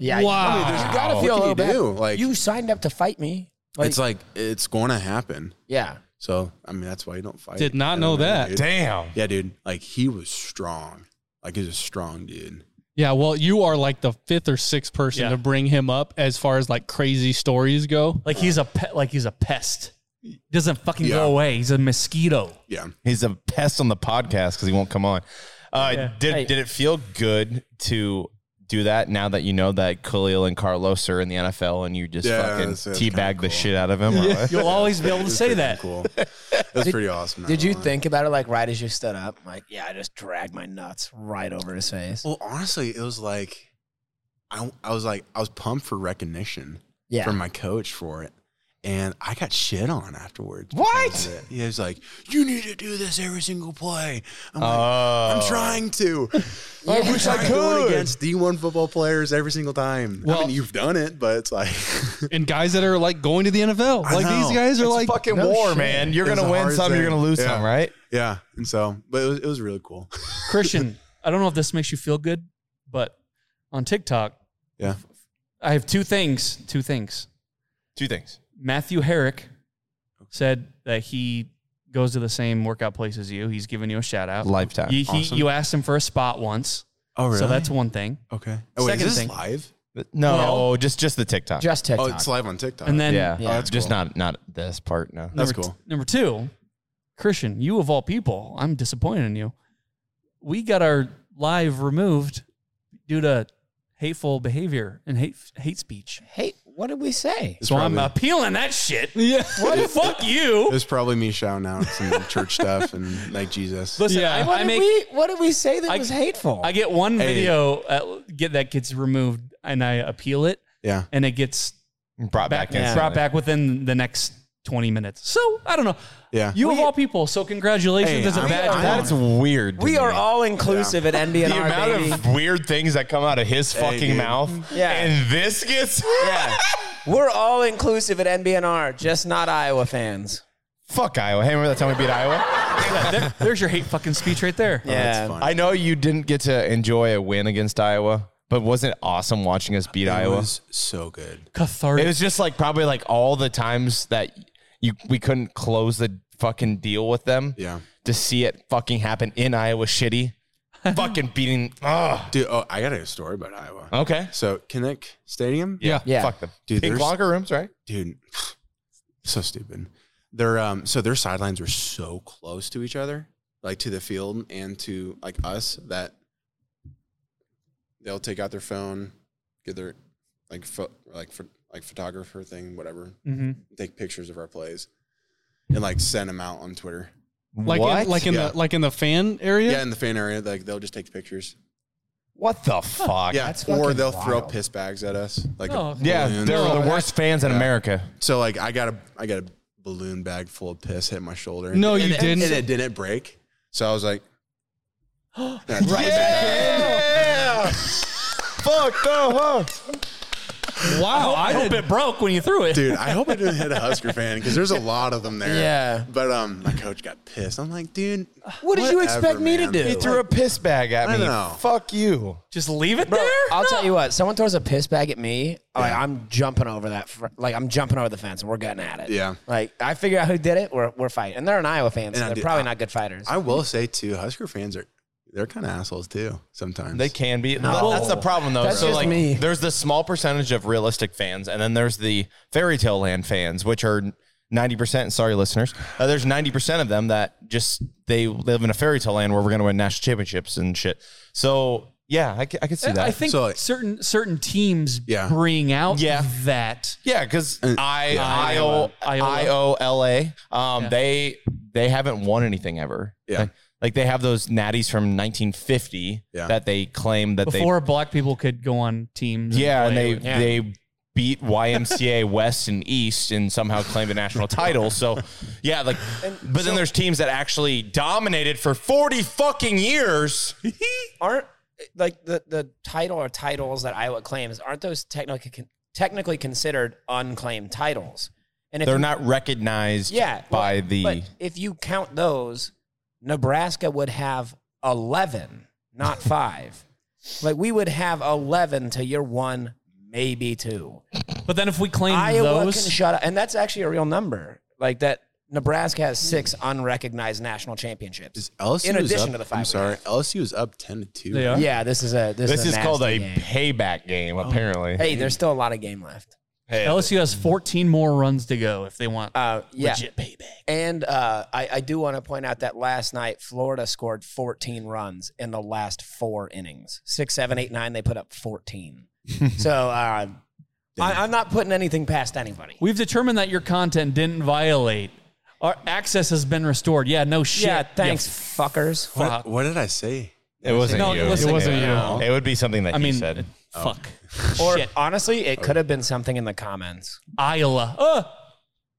Yeah.
Wow.
You, you gotta
Wow.
feel a
What
little
can you
bad.
do? Like-
you signed up to fight me. Like,
it's like it's going to happen."
yeah.
So I mean, that's why you don't fight.
Did not
in
know
MMA,
that.
dude.
Damn.
Yeah, dude. Like he was strong. Like he's a strong dude.
Yeah, well, you are like the fifth or sixth person
Yeah.
to bring him up as far as like crazy stories go.
Like he's a pe- like he's a pest. Doesn't fucking
Yeah.
go away. He's a mosquito.
Yeah.
He's a pest on the podcast because he won't come on. Uh, Did
Hey.
did it feel good to do that now that you know that Khalil and Carlos are in the NFL and you just
Yeah,
fucking
that's- that's kinda
teabag the
cool.
shit out of him? or what?
You'll always be able
It
to
was
say
pretty
that.
Cool. That's pretty awesome.
Did
I
you
don't
think about it like right as you stood up? Like, yeah, I just dragged my nuts right over his face.
lie. Well, honestly, it was like I I was like I was pumped for recognition
yeah.
from my coach for it. And I got shit on afterwards. What? He was like, "You need to do this every single play." I'm like, "I'm
Oh.
trying to."
Yeah.
I wish I could against D1 football players every single time. I
Well-
mean, you've done it, but it's like
And guys that are like going to the NFL.
I
Like these
know.
guys are
It's
like
fucking
No
war,
shit.
man. You're
It was
gonna
a
win
hard
some, you're
thing.
gonna lose
Yeah.
some, right?
Yeah, and so, but it was, it was really cool.
Christian, I don't know if this makes you feel good, but on TikTok,
Yeah.
I have two things. Two things.
Two things.
Matthew Herrick said that he goes to the same workout place as you. He's giving you a shout out.
Lifetime.
You, he,
Awesome.
you asked him for a spot once,
Oh,
so that's one thing.
okay. Oh, wait,
Second
is this
thing-
live?
No,
Well-
just just the TikTok.
Just TikTok.
Oh, it's live on TikTok.
And then
yeah,
Yeah.
that's
just
cool.
not not this part. No,
number
that's
t-
cool.
number two, Christian, you of all people, I'm disappointed in you. We got our live removed due to hateful behavior and hate hate speech.
hey, what did we say?
It's
so
probably,
I'm appealing that shit. Yeah. What? Fuck you.
It was probably me shouting out some church stuff and like Jesus.
Listen,
Yeah.
I,
What
I
did
make
we What did we say that
I-
was hateful?
I get one
Hey.
video uh get that gets removed and I appeal it
Yeah.
and it gets
brought
back,
back, in.
brought back within the next 20 minutes. So I don't know.
Yeah.
You of all people, so congratulations
Hey,
as a
I'm-
badge. of
I'm-
honor.
That's weird. to
we are
me.
all inclusive at NBNR,
the amount
baby.
of weird things that come out of his fucking
dude.
mouth.
Yeah.
and this gets
yeah. We're all inclusive at NBNR, just not Iowa fans.
fuck Iowa. Hey, remember that time we beat Iowa?
There- there's your hate fucking speech right there.
yeah.
fun.
I know you didn't get to enjoy a win against Iowa, but wasn't it awesome watching us beat
It
Iowa?
was so good.
Cathartic.
It was just like probably like all the times that you we couldn't close the fucking deal with them.
Yeah.
To see it fucking happen in Iowa shitty. fucking beating ugh.
Dude, oh, I got a story about Iowa.
Okay.
So, Kinnick Stadium?
Yeah.
Yeah.
Fuck them.
Dude,
Big
there's-
locker rooms, right?
dude, so stupid. Their um, so their sidelines were so close to each other, like to the field and to like us, that they'll take out their phone, get their like pho- like pho- like photographer thing, whatever,
Mm-hmm.
Mhm.
take pictures of our plays, and like send them out on Twitter.
Like In, like in
Yeah.
the like in the fan area.
yeah, in the fan area, like they'll just take pictures.
What the fuck?
Yeah, or they'll throw piss bags at us. Like a
Oh, okay. Yeah,
balloon.
they're the worst fans in America.
So like, I got a I got a balloon bag full of piss hit my shoulder. and-
No,
and
you
it-
didn't.
And it didn't break. So I was like, that's
Yeah. Fuck the
fuck. Wow.
I hope it broke when you threw it.
Dude, I hope I didn't hit a Husker fan because there's a lot of them there.
Yeah.
But um, my coach got pissed. I'm like, dude,
What did you expect me to
man.
do? He threw a piss bag at
I
me.
know.
Fuck you.
Just leave it
there. I'll tell you what. Someone throws a piss bag at me. Like I'm jumping over that. Fr- like I'm jumping over the fence, and we're getting at it.
Yeah.
Like I figure out who did it. We're we're fighting. And they're an Iowa fan, so
And I
they're
do-
probably
I-
not good fighters.
I will say too, Husker fans are they're kind of assholes too sometimes.
They can be.
No.
That's the problem, though.
That's
so,
just
like,
me.
there's the small percentage of realistic fans, and then there's the fairy tale land fans, which are 90%. Sorry, listeners. Uh, there's 90% of them that just they live in a fairy tale land where we're going to win national championships and shit. So, yeah, I, c- I could see that.
I think certain certain teams
Yeah.
bring out
Yeah.
that.
Uh, Yeah, because I I O
Iowa.
I O L A. Um, they they haven't won anything ever.
Yeah.
Like, like they have those natties from 1950
Yeah.
that they claim that
Before black people could go on teams.
they yeah, and
play
they
with- Yeah.
they beat YMCA West and East and somehow claimed a national title. So yeah, like, but then there's teams that actually dominated for 40 fucking years.
aren't like the the title or titles that Iowa claims aren't those technically con- technically considered unclaimed titles? And
They're
you-
not recognized.
Yeah, well,
by the
But if you count those, Nebraska would have eleven, not five. like we would have eleven to your one, maybe two.
But then if we claim
Iowa
those,
can shut up, and that's actually a real number. Like that, Nebraska has six unrecognized national championships.
LSU
in
is
addition
up-
to the five,
I'm sorry, LSU is up ten to two.
They are? Yeah, this is a- this is a
called a
nasty game.
payback game. Apparently,
Hey, there's still a lot of game left.
LSU has 14 more runs to go if they want
uh, yeah.
legit payback.
And uh, I, I do want to point out that last night Florida scored 14 runs in the last four innings. Six, seven, eight, nine. They put up 14. so uh, I, I'm not putting anything past anybody.
We've determined that your content didn't violate. Our access has been restored. Yeah, no shit.
Yeah, thanks,
You
fuckers.
fuck.
What, what did I say?
It wasn't
No,
you.
listen- It wasn't
It would be something that
I
he
mean,
said.
fuck.
Or
Shit.
honestly, it could have been something in the comments.
Iowa. Uh,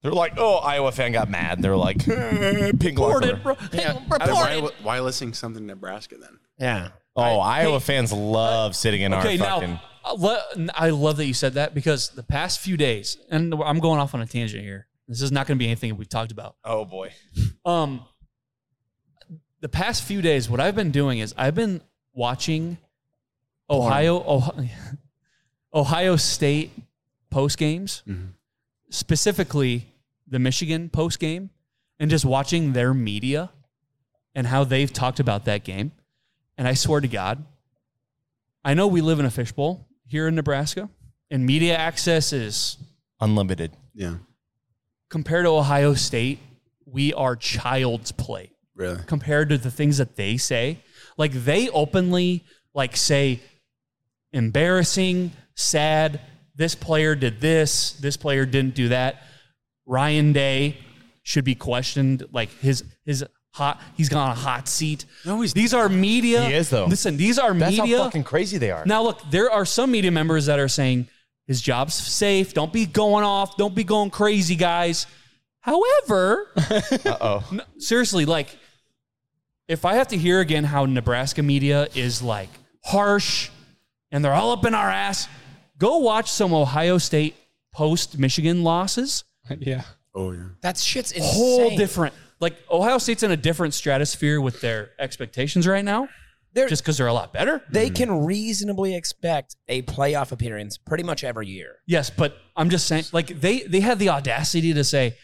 They're like, oh, Iowa fan got mad. They're like, "Eh, pink
Report
leopard.
it, bro.
Why-
Report it.
Why, why listing something Nebraska then?
Yeah.
Oh, Iowa fans love sitting in
Okay,
our fucking.
now uh, le- I love that you said that because the past few days, and I'm going off on a tangent here. This is not going to be anything we've talked about.
oh boy.
Um, the past few days, what I've been doing is I've been watching Ohio Ohio, Ohio State post games, specifically the Michigan post game, and just watching their media and how they've talked about that game. And I swear to God, I know we live in a fishbowl here in Nebraska, and media access is
Unlimited.
Yeah.
compared to Ohio State, we are child's play.
Really?
Compared to the things that they say, like they openly like say embarrassing, sad, this player did this, this player didn't do that. Ryan Day should be questioned like his his hot he's gone on a hot seat. No, he's these are media.
He is, though.
Listen, these are
That's
media
how fucking crazy they are.
now, look, there are some media members that are saying his job's safe. Don't be going off. Don't be going crazy, guys. However,
Uh oh.
no, seriously, like, if I have to hear again how Nebraska media is like harsh and they're all up in our ass, go watch some Ohio State post Michigan losses.
Yeah.
Oh yeah.
That shit's insane.
Whole different. Like, Ohio State's in a different stratosphere with their expectations right now.
They're-
just because they're a lot better.
They can reasonably expect a playoff appearance pretty much every year.
Yes, but I'm just saying, like they they had the audacity to say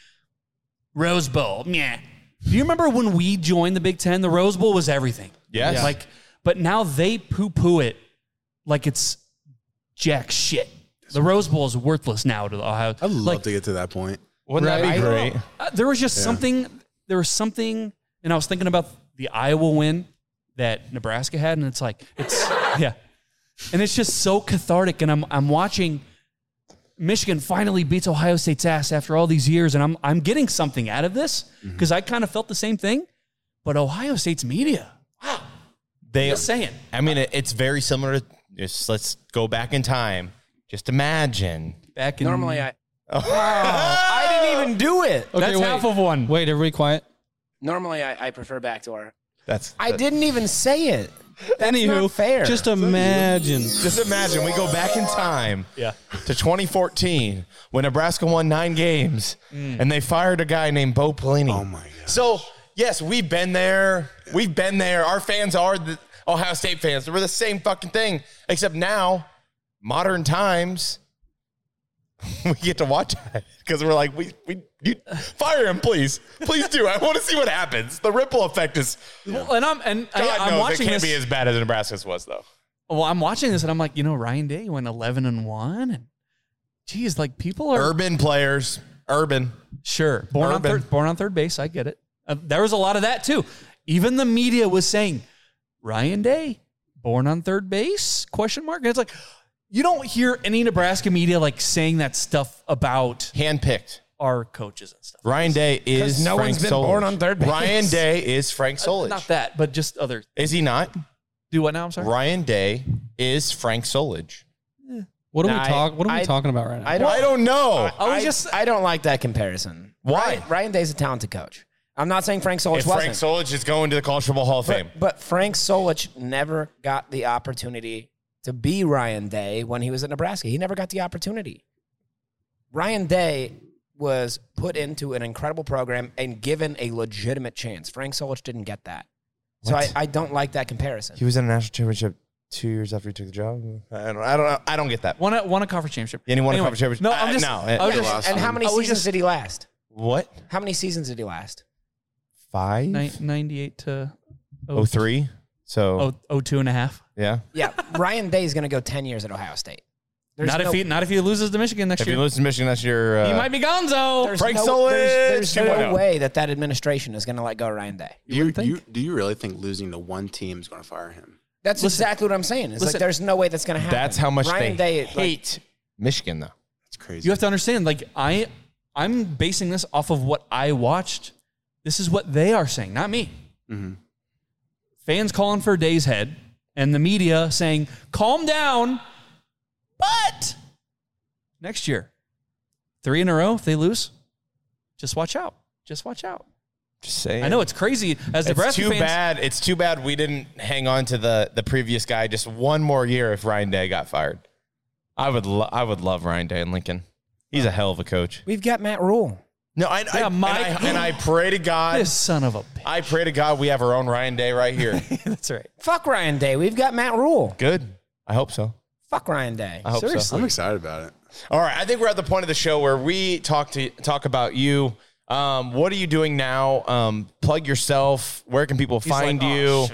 Rose Bowl. Yeah. Do you remember when we joined the Big Ten? The Rose Bowl was everything.
Yes. Yeah.
Like, but now they poo poo it like it's jack shit. The Rose Bowl is worthless now to the Ohio.
I'd love
Like-
to get to that point.
Wouldn't that be
Right? I
great?
know. Uh, there was just
Yeah.
something. There was something, and I was thinking about the Iowa win that Nebraska had, and it's like it's yeah. and it's just so cathartic. And I'm I'm watching Michigan finally beats Ohio State's ass after all these years, and I'm I'm getting something out of this
Mm-hmm.
because I kind of felt the same thing. But Ohio State's media,
They
Just saying.
I mean, it, it's very similar. To, just let's go back in time. Just imagine
back
Normally I. I didn't even do it.
That's half of
one.
Wait, everybody quiet.
Normally I, I prefer backdoor.
That's
I didn't even say it. That's
Anywho,
not fair.
Just imagine.
Just imagine we go back in time
Yeah.
to 2014 when Nebraska won nine games
Mm.
and they fired a guy named Bo Pelini. Oh my god! So yes, we've been there. We've been there. Our fans are the Ohio State fans. We're the same fucking thing, except now, modern times. We get to watch it because we're like, we, we you, fire him, please, please do. I want to see what happens. The ripple effect is.
Well, and I'm and
God
I, am
knows
watching
it can't
this.
be as bad as Nebraska's was though.
well, I'm watching this, and I'm like, you know, Ryan Day went 11 and one, and geez, like people are
Urban players, urban.
Sure. Born on,
Urban.
third, born on third base. I get it. Uh, there was a lot of that too. Even the media was saying Ryan Day born on third base? Question mark. And it's like you don't hear any Nebraska media like saying that stuff about
handpicked
our coaches and stuff.
Ryan Day is
no
Frank
one's been
Solich.
born on third base.
Ryan Day is Frank Solich.
Not that, but just other.
Is he not?
Do what now? I'm sorry.
Ryan Day is Frank Solich.
What are
Nah,
we
I-
talk? What are we
I-
talking about right now?
I don't,
I oh, don't know.
I, was just. I don't like that comparison.
Why?
Ryan, Ryan Day's a talented coach. I'm not saying Frank Solich
If
wasn't.
Frank Solich is going to the College Football Hall of Fame.
But, but Frank Solich never got the opportunity to be Ryan Day when he was at Nebraska. He never got the opportunity. Ryan Day was put into an incredible program and given a legitimate chance. Frank Solich didn't get that. So I,
What?
I don't like that comparison.
was in a national championship two years after he took the job. I don't. I don't. I don't get that.
Won a, won a conference championship.
Anyone won a
Anyway,
conference championship?
No,
Uh,
I'm just.
no,
I was
yeah,
just
and how many
I was
seasons
just
did he last?
What?
How many seasons did he last?
Five?
nine- 98 to
Oh three. So
Oh, oh, two and a half.
yeah.
Yeah, Ryan Day is going to go 10 years at Ohio State. There's
not
no-
if he not if he loses to Michigan next
If
year.
you lose to Michigan next year, uh,
he might be Gonzo.
There's
Frank
no,
Solich,
There's, there's
2.0.
no way that that administration is going to let go of Ryan Day.
Do you, you, do you really think losing to one team is going to fire him?
That's
Listen.
exactly what I'm saying. It's
Listen.
like there's no way that's going to happen.
That's how much
Ryan
they
Day, like,
hate Michigan, though.
It's crazy.
You have to understand, like I, I'm basing this off of what I watched. This is what they are saying, not me.
Mhm.
Fans calling for a day's head, and the media saying, "Calm down." But next year, three in a row, if they lose, just watch out. Just watch out.
Just saying.
I know it's crazy as
It's
Nebraska
too
fans.
bad. It's too bad we didn't hang on to the the previous guy just one more year. If Ryan Day got fired, I would lo- I would love Ryan Day in Lincoln. He's a hell of a coach.
we've got Matt Rule.
No, I, I,
Yeah, Mike.
and, I and I pray to God.
This son of a. bitch.
I pray to God we have our own Ryan Day right here.
That's right.
Fuck Ryan Day. We've got Matt Rule.
Good. I hope so.
Fuck Ryan Day.
I hope so.
I'm excited about it.
All right, I think we're at the point of the show where we talk to talk about you. Um, what are you doing now? Um, plug yourself. Where can people find
like,
you?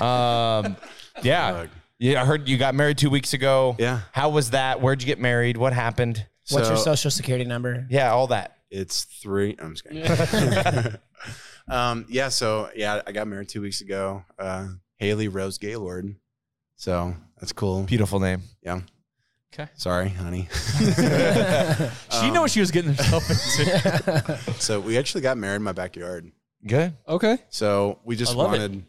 "Oh,
Um,
Ah.
yeah,
Plug.
yeah. I heard you got married two weeks ago.
Yeah.
How was that? Where'd you get married? What happened?
What's your
So-
social security number?
Yeah, all that.
It's three. I'm just kidding. um, yeah. So yeah, I got married two weeks ago. Uh, Haley Rose Gaylord. So that's cool.
Beautiful name.
Yeah.
Okay.
Sorry, honey.
She knew what she was getting herself into.
so we actually got married in my backyard.
Good.
Okay.
So we just
I love it.
wanted,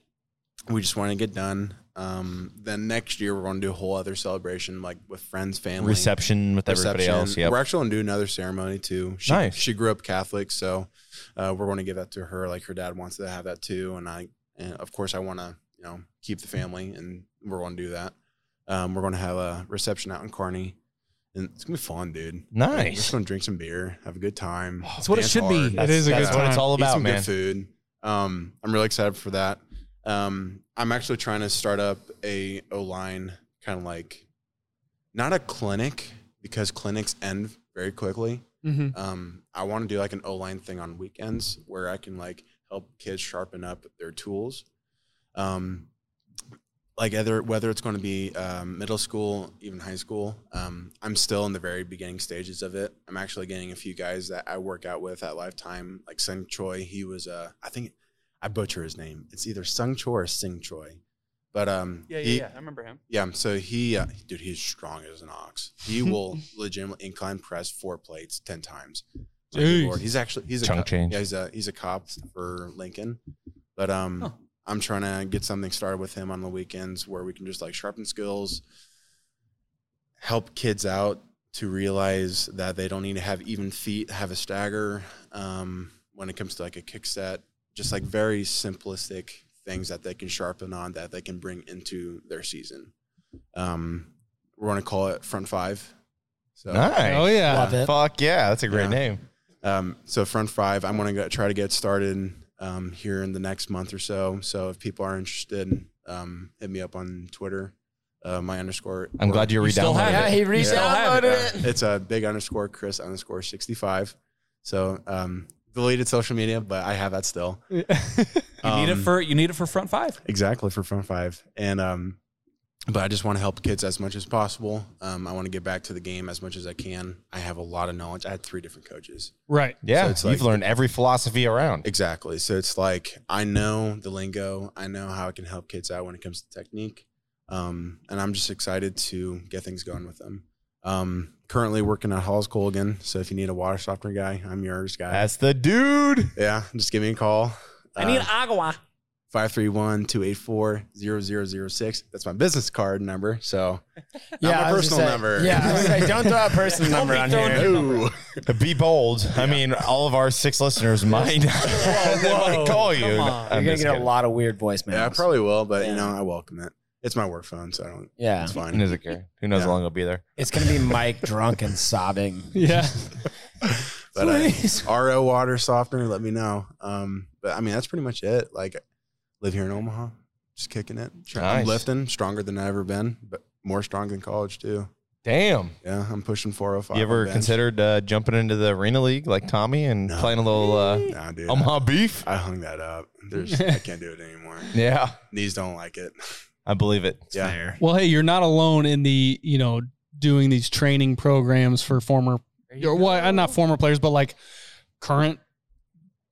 we just wanted to get done. Um, then next year we're going to do a whole other celebration, like with friends, family,
Reception with everybody
reception.
else. Yep.
We're actually going to do another ceremony too. She,
Nice.
She grew up Catholic, so uh, we're going to give that to her. Like her dad wants to have that too, and I, and of course, I want to you know keep the family, and we're going to do that. Um, we're going to have a reception out in Kearney, and it's gonna be fun, dude. Like, We're
Nice.
just going to drink some beer, have a good time.
That's what it
dance
should be.
hard.
It
That's-
is a
that's
good
what it's
time.
all
Eat
about,
some
man.
good food. Um, I'm really excited for that. Um, I'm actually trying to start up a O line kind of like not a clinic because clinics end very quickly.
Mhm.
Um, I want to do like an O line thing on weekends where I can like help kids sharpen up their tools. Um, like either whether it's going to be um, middle school, even high school, um, I'm still in the very beginning stages of it. I'm actually getting a few guys that I work out with at Lifetime, like Sung Choi. He was, uh, I think, I butcher his name. It's either Sung Choi or Sing Choi. But um,
Yeah, yeah,
he-
yeah. I remember him.
Yeah, so he, uh, dude, he's strong as an ox. He will legitimately incline press four plates ten times. My good
Jeez.
Lord, he's actually he's a
Chunk
cop.
change.
Yeah, he's a he's a cop for Lincoln. But um, I'm trying to get something started with him on the weekends where we can just like sharpen skills, help kids out to realize that they don't need to have even feet, have a stagger um, when it comes to like a kick set, just like very simplistic things that they can sharpen on that they can bring into their season. Um, we're going to call it front five. So,
Nice. Oh, yeah. Love it. Fuck yeah, that's a great name.
Um, so front five, I'm going to try to get started um, here in the next month or so. So if people are interested, um, hit me up on Twitter. Uh, my underscore.
I'm glad you You still redownloaded have it. it. Yeah, he
You still have
redownloaded
Yeah. It's a big underscore Chris underscore 65. So um, deleted social media, but I have that still. you
You need it
Um,
for you need it for front five.
Exactly for front five, and um, but I just want to help kids as much as possible. Um, I want to get back to the game as much as I can. I have a lot of knowledge. I had three different coaches.
Right.
Yeah.
So it's
you've
like-
learned every philosophy around.
Exactly. So it's like I know the lingo. I know how I can help kids out when it comes to technique, um, and I'm just excited to get things going with them. Um, currently working at Hall's Colgan, so if you need a water softener guy, I'm yours, guy.
That's the dude.
Yeah, just give me a call. Uh,
I need agua.
531-284-0006. That's my business card number. So not
Yeah,
my
I was
personal
gonna say-
number.
yeah, I was gonna say, don't throw out personal Don't number be on throwing here. your
No.
Be bold. I mean, all of our six listeners might, they might call you. I'm just kidding.
lot of weird voicemails. Yeah, I probably will, but you know, I welcome it. It's my work phone, so I don't.
Yeah.
it's fine.
Who knows, okay. Who knows how long he'll be there?
It's gonna be Mike drunk and sobbing.
Yeah.
But uh, RO water softener, let me know. Um, but I mean, that's pretty much it. Like, live here in Omaha, just kicking it. Try- I'm
Nice.
lifting, stronger than I ever been, but more strong than college too.
Damn.
Yeah, I'm pushing 405.
You ever
on bench.
considered uh, jumping into the arena league like Tommy and playing a little uh,
Nah, dude.
Omaha beef?
I hung that up. There's, I can't do it anymore.
Yeah.
Knees don't like it.
I believe it.
yeah.
Well, hey, you're not alone in the you know doing these training programs for former or well, uh, not former players, but like current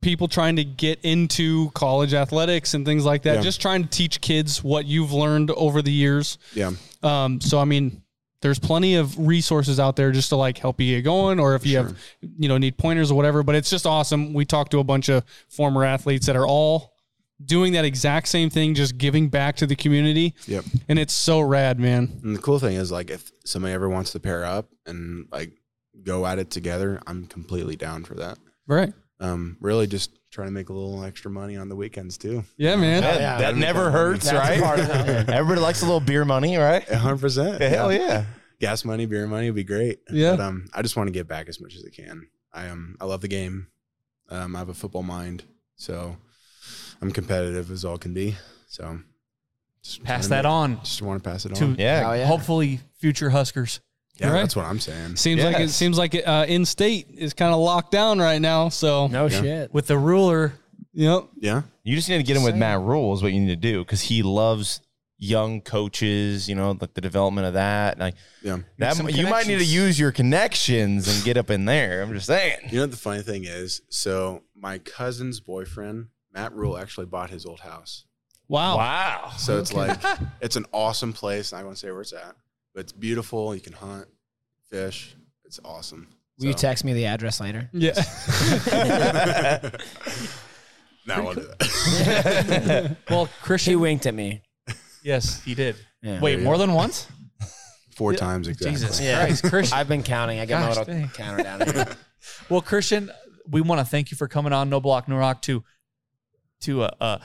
people trying to get into college athletics and things like that.
Yeah.
Just trying to teach kids what you've learned over the years.
Yeah.
Um, so I mean, there's plenty of resources out there just to like help you get going, or if you have, you know, need pointers or whatever. But it's just awesome. We talked to a bunch of former athletes that are all doing that exact same thing, just giving back to the community.
Yep.
And it's so rad, man.
And the cool thing is, like, if somebody ever wants to pair up and like go at it together, I'm completely down for that.
Right.
Um, really, just trying to make a little extra money on the weekends too.
Yeah, man.
That, that never hurts, right? Everybody likes a little beer money, right?
100. percent
Hell yeah.
Gas money, beer money would be great.
Yeah.
But um, I just want to get back as much as I can. I um, I love the game. Um, I have a football mind, so I'm competitive as all can be. So just
Pass
trying
that
to-
on.
Just want to pass it
To
on.
hopefully future Huskers.
Yeah, that's what I'm saying.
Seems like it seems like uh, in state is kind of locked down right now. So no
Yeah. shit.
with the ruler. Yep.
Yeah.
You just need to get him with Matt Rule is what you need to do because he loves young coaches, you know, like the development of that. And like
yeah.
that,
some
you might need to
connections.
use your connections and get up in there. I'm just saying.
You know what the funny thing is? So my cousin's boyfriend, Matt Rule, actually bought his old house.
Wow.
Wow.
So it's
Okay.
like it's an awesome place. I won't say where it's at, but it's beautiful. You can hunt, fish. It's awesome.
Will you text me the address later?
Yeah.
Now we'll do
that.
well, Christian
he winked at me.
Yes, he did.
Yeah.
Wait,
There you
more
go.
than once?
Four
Yeah.
times exactly.
Jesus Christ, Christian.
I've been counting. I got
Gosh
my little
dang.
counter down here.
Well, Christian, we want to thank you for coming on No Block No Rock to to uh, uh,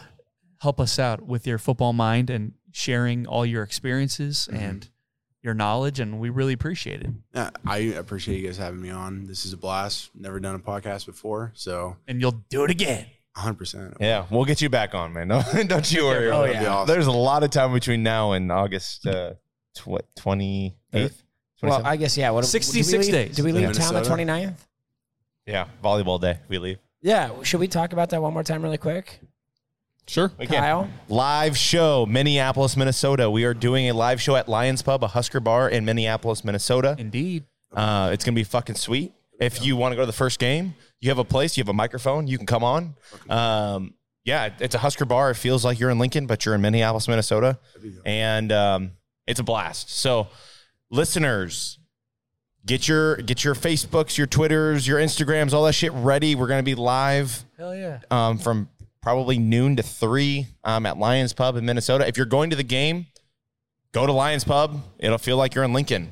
help us out with your football mind and sharing all your experiences and your knowledge, and we really appreciate it.
Yeah, I appreciate you guys having me on. This is a blast. Never done a podcast before, so
And you'll do it again.
100. percent
Yeah, we'll get you back on, man. No, don't you worry.
bro, Oh, that'd be awesome.
There's a lot of time between now and August uh, tw- what, 28th?
well, I guess yeah. What do we
66
leave-
days.
Do we leave
Yeah.
town the
Minnesota.
29th?
yeah, volleyball day. We leave.
Yeah. Should we talk about that one more time, really quick?
Sure.
We can.
Kyle.
Live show, Minneapolis, Minnesota. We are doing a live show at Lions Pub, a Husker bar in Minneapolis, Minnesota.
Indeed.
Uh, it's going to be fucking sweet. If you want to go to the first game, you have a place, you have a microphone, you can come on. Um, Yeah, it- it's a Husker bar. It feels like you're in Lincoln, but you're in Minneapolis, Minnesota, and um, it's a blast. So, listeners, get your get your Facebooks, your Twitters, your Instagrams, all that shit ready. We're gonna be live.
Hell yeah.
um, from probably noon to three um, at Lions Pub in Minnesota. If you're going to the game, go to Lions Pub. It'll feel like you're in Lincoln.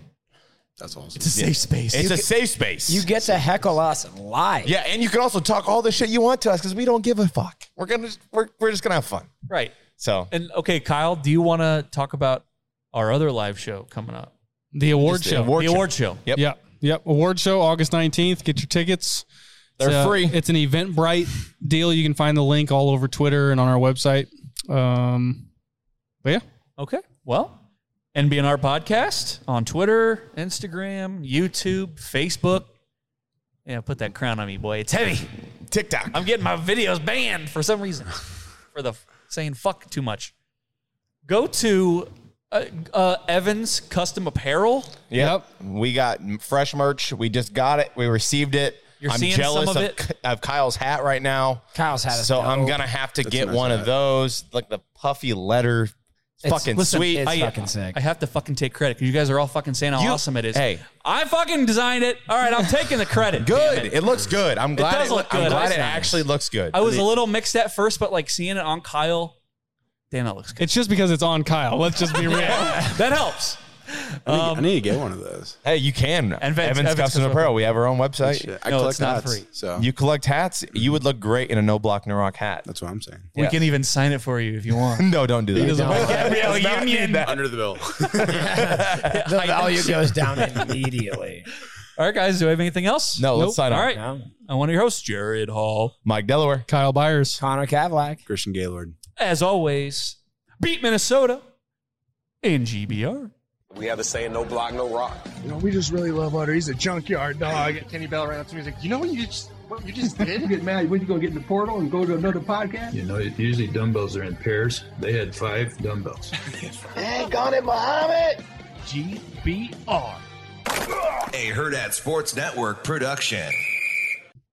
That's awesome.
It's a safe space. It's
You
a
get-
safe space.
You get to heckle us live.
yeah, and you can also talk all the shit you want to us because we don't give a fuck. We're gonna we're, we're just gonna have fun.
Right.
So
And okay, Kyle, do you want to talk about our other live show coming up?
The award
Just
show.
The award show.
Yep.
Yep. Yep. Award show August 19th. Get your tickets.
They're
It's a-
free.
It's an Eventbrite deal. You can find the link all over Twitter and on our website. Um, but yeah.
Okay. Well, NBNR podcast on Twitter, Instagram, YouTube, Facebook. Yeah, put that crown on me, boy. It's heavy.
TikTok.
I'm getting my videos banned for some reason for the f- saying fuck too much. Go to uh, uh, Evans Custom Apparel.
Yep. We got m- fresh merch. We just got it. We received it.
You're
I'm
seeing
jealous
some of it?
K- of Kyle's hat right now.
Kyle's hat is
So I'm
dope.
gonna have to
That's a
get
nice
one of
hat.
those, like the puffy letter.
It's-
fucking
listen,
sweet.
I, I have to fucking take credit because you guys are all fucking saying how
You-
awesome it is.
hey.
I fucking designed it. All right, I'm taking the credit.
Good.
damn
It. looks good. I'm glad. It
does look
I'm
good.
glad
That's
it
nice.
actually looks good.
I was a little mixed at first, but like seeing it on Kyle, damn, that looks good.
It's just because it's on Kyle. Let's just be real.
that helps.
I need, I need
Um,
to get one of those.
Hey, you can.
And Vince-
Evans,
Evans
Custom
Custom
Apparel. We have our own
Shit,
website.
I
oh, No,
collect
it's not
hats,
free.
So
You collect hats. You would look great in a no block Narok hat.
that's what I'm saying.
We can even sign it for you if you want.
No, don't do that.
Gabrielle Union.
Under the bill.
The value goes down immediately.
All right, guys, do I have anything else?
No, let's
Nope.
sign off.
All right.
No.
I'm one of your hosts, Jared Hall.
Mike Delaware.
Kyle Byers.
Connor Kavlak.
Christian Gaylord.
As always, beat Minnesota in GBR.
We have the saying, no block, no rock.
You know, we just really love Otter. He's a junkyard dog.
Kenny Bell ran up to me. He's like, you know what you just what you just
You
did?
get mad, what you gonna get in the portal and go to another podcast?
You know, usually dumbbells are in pairs. They had five dumbbells.
Dang on it, Muhammad.
GBR.
A Herd at Sports Network production.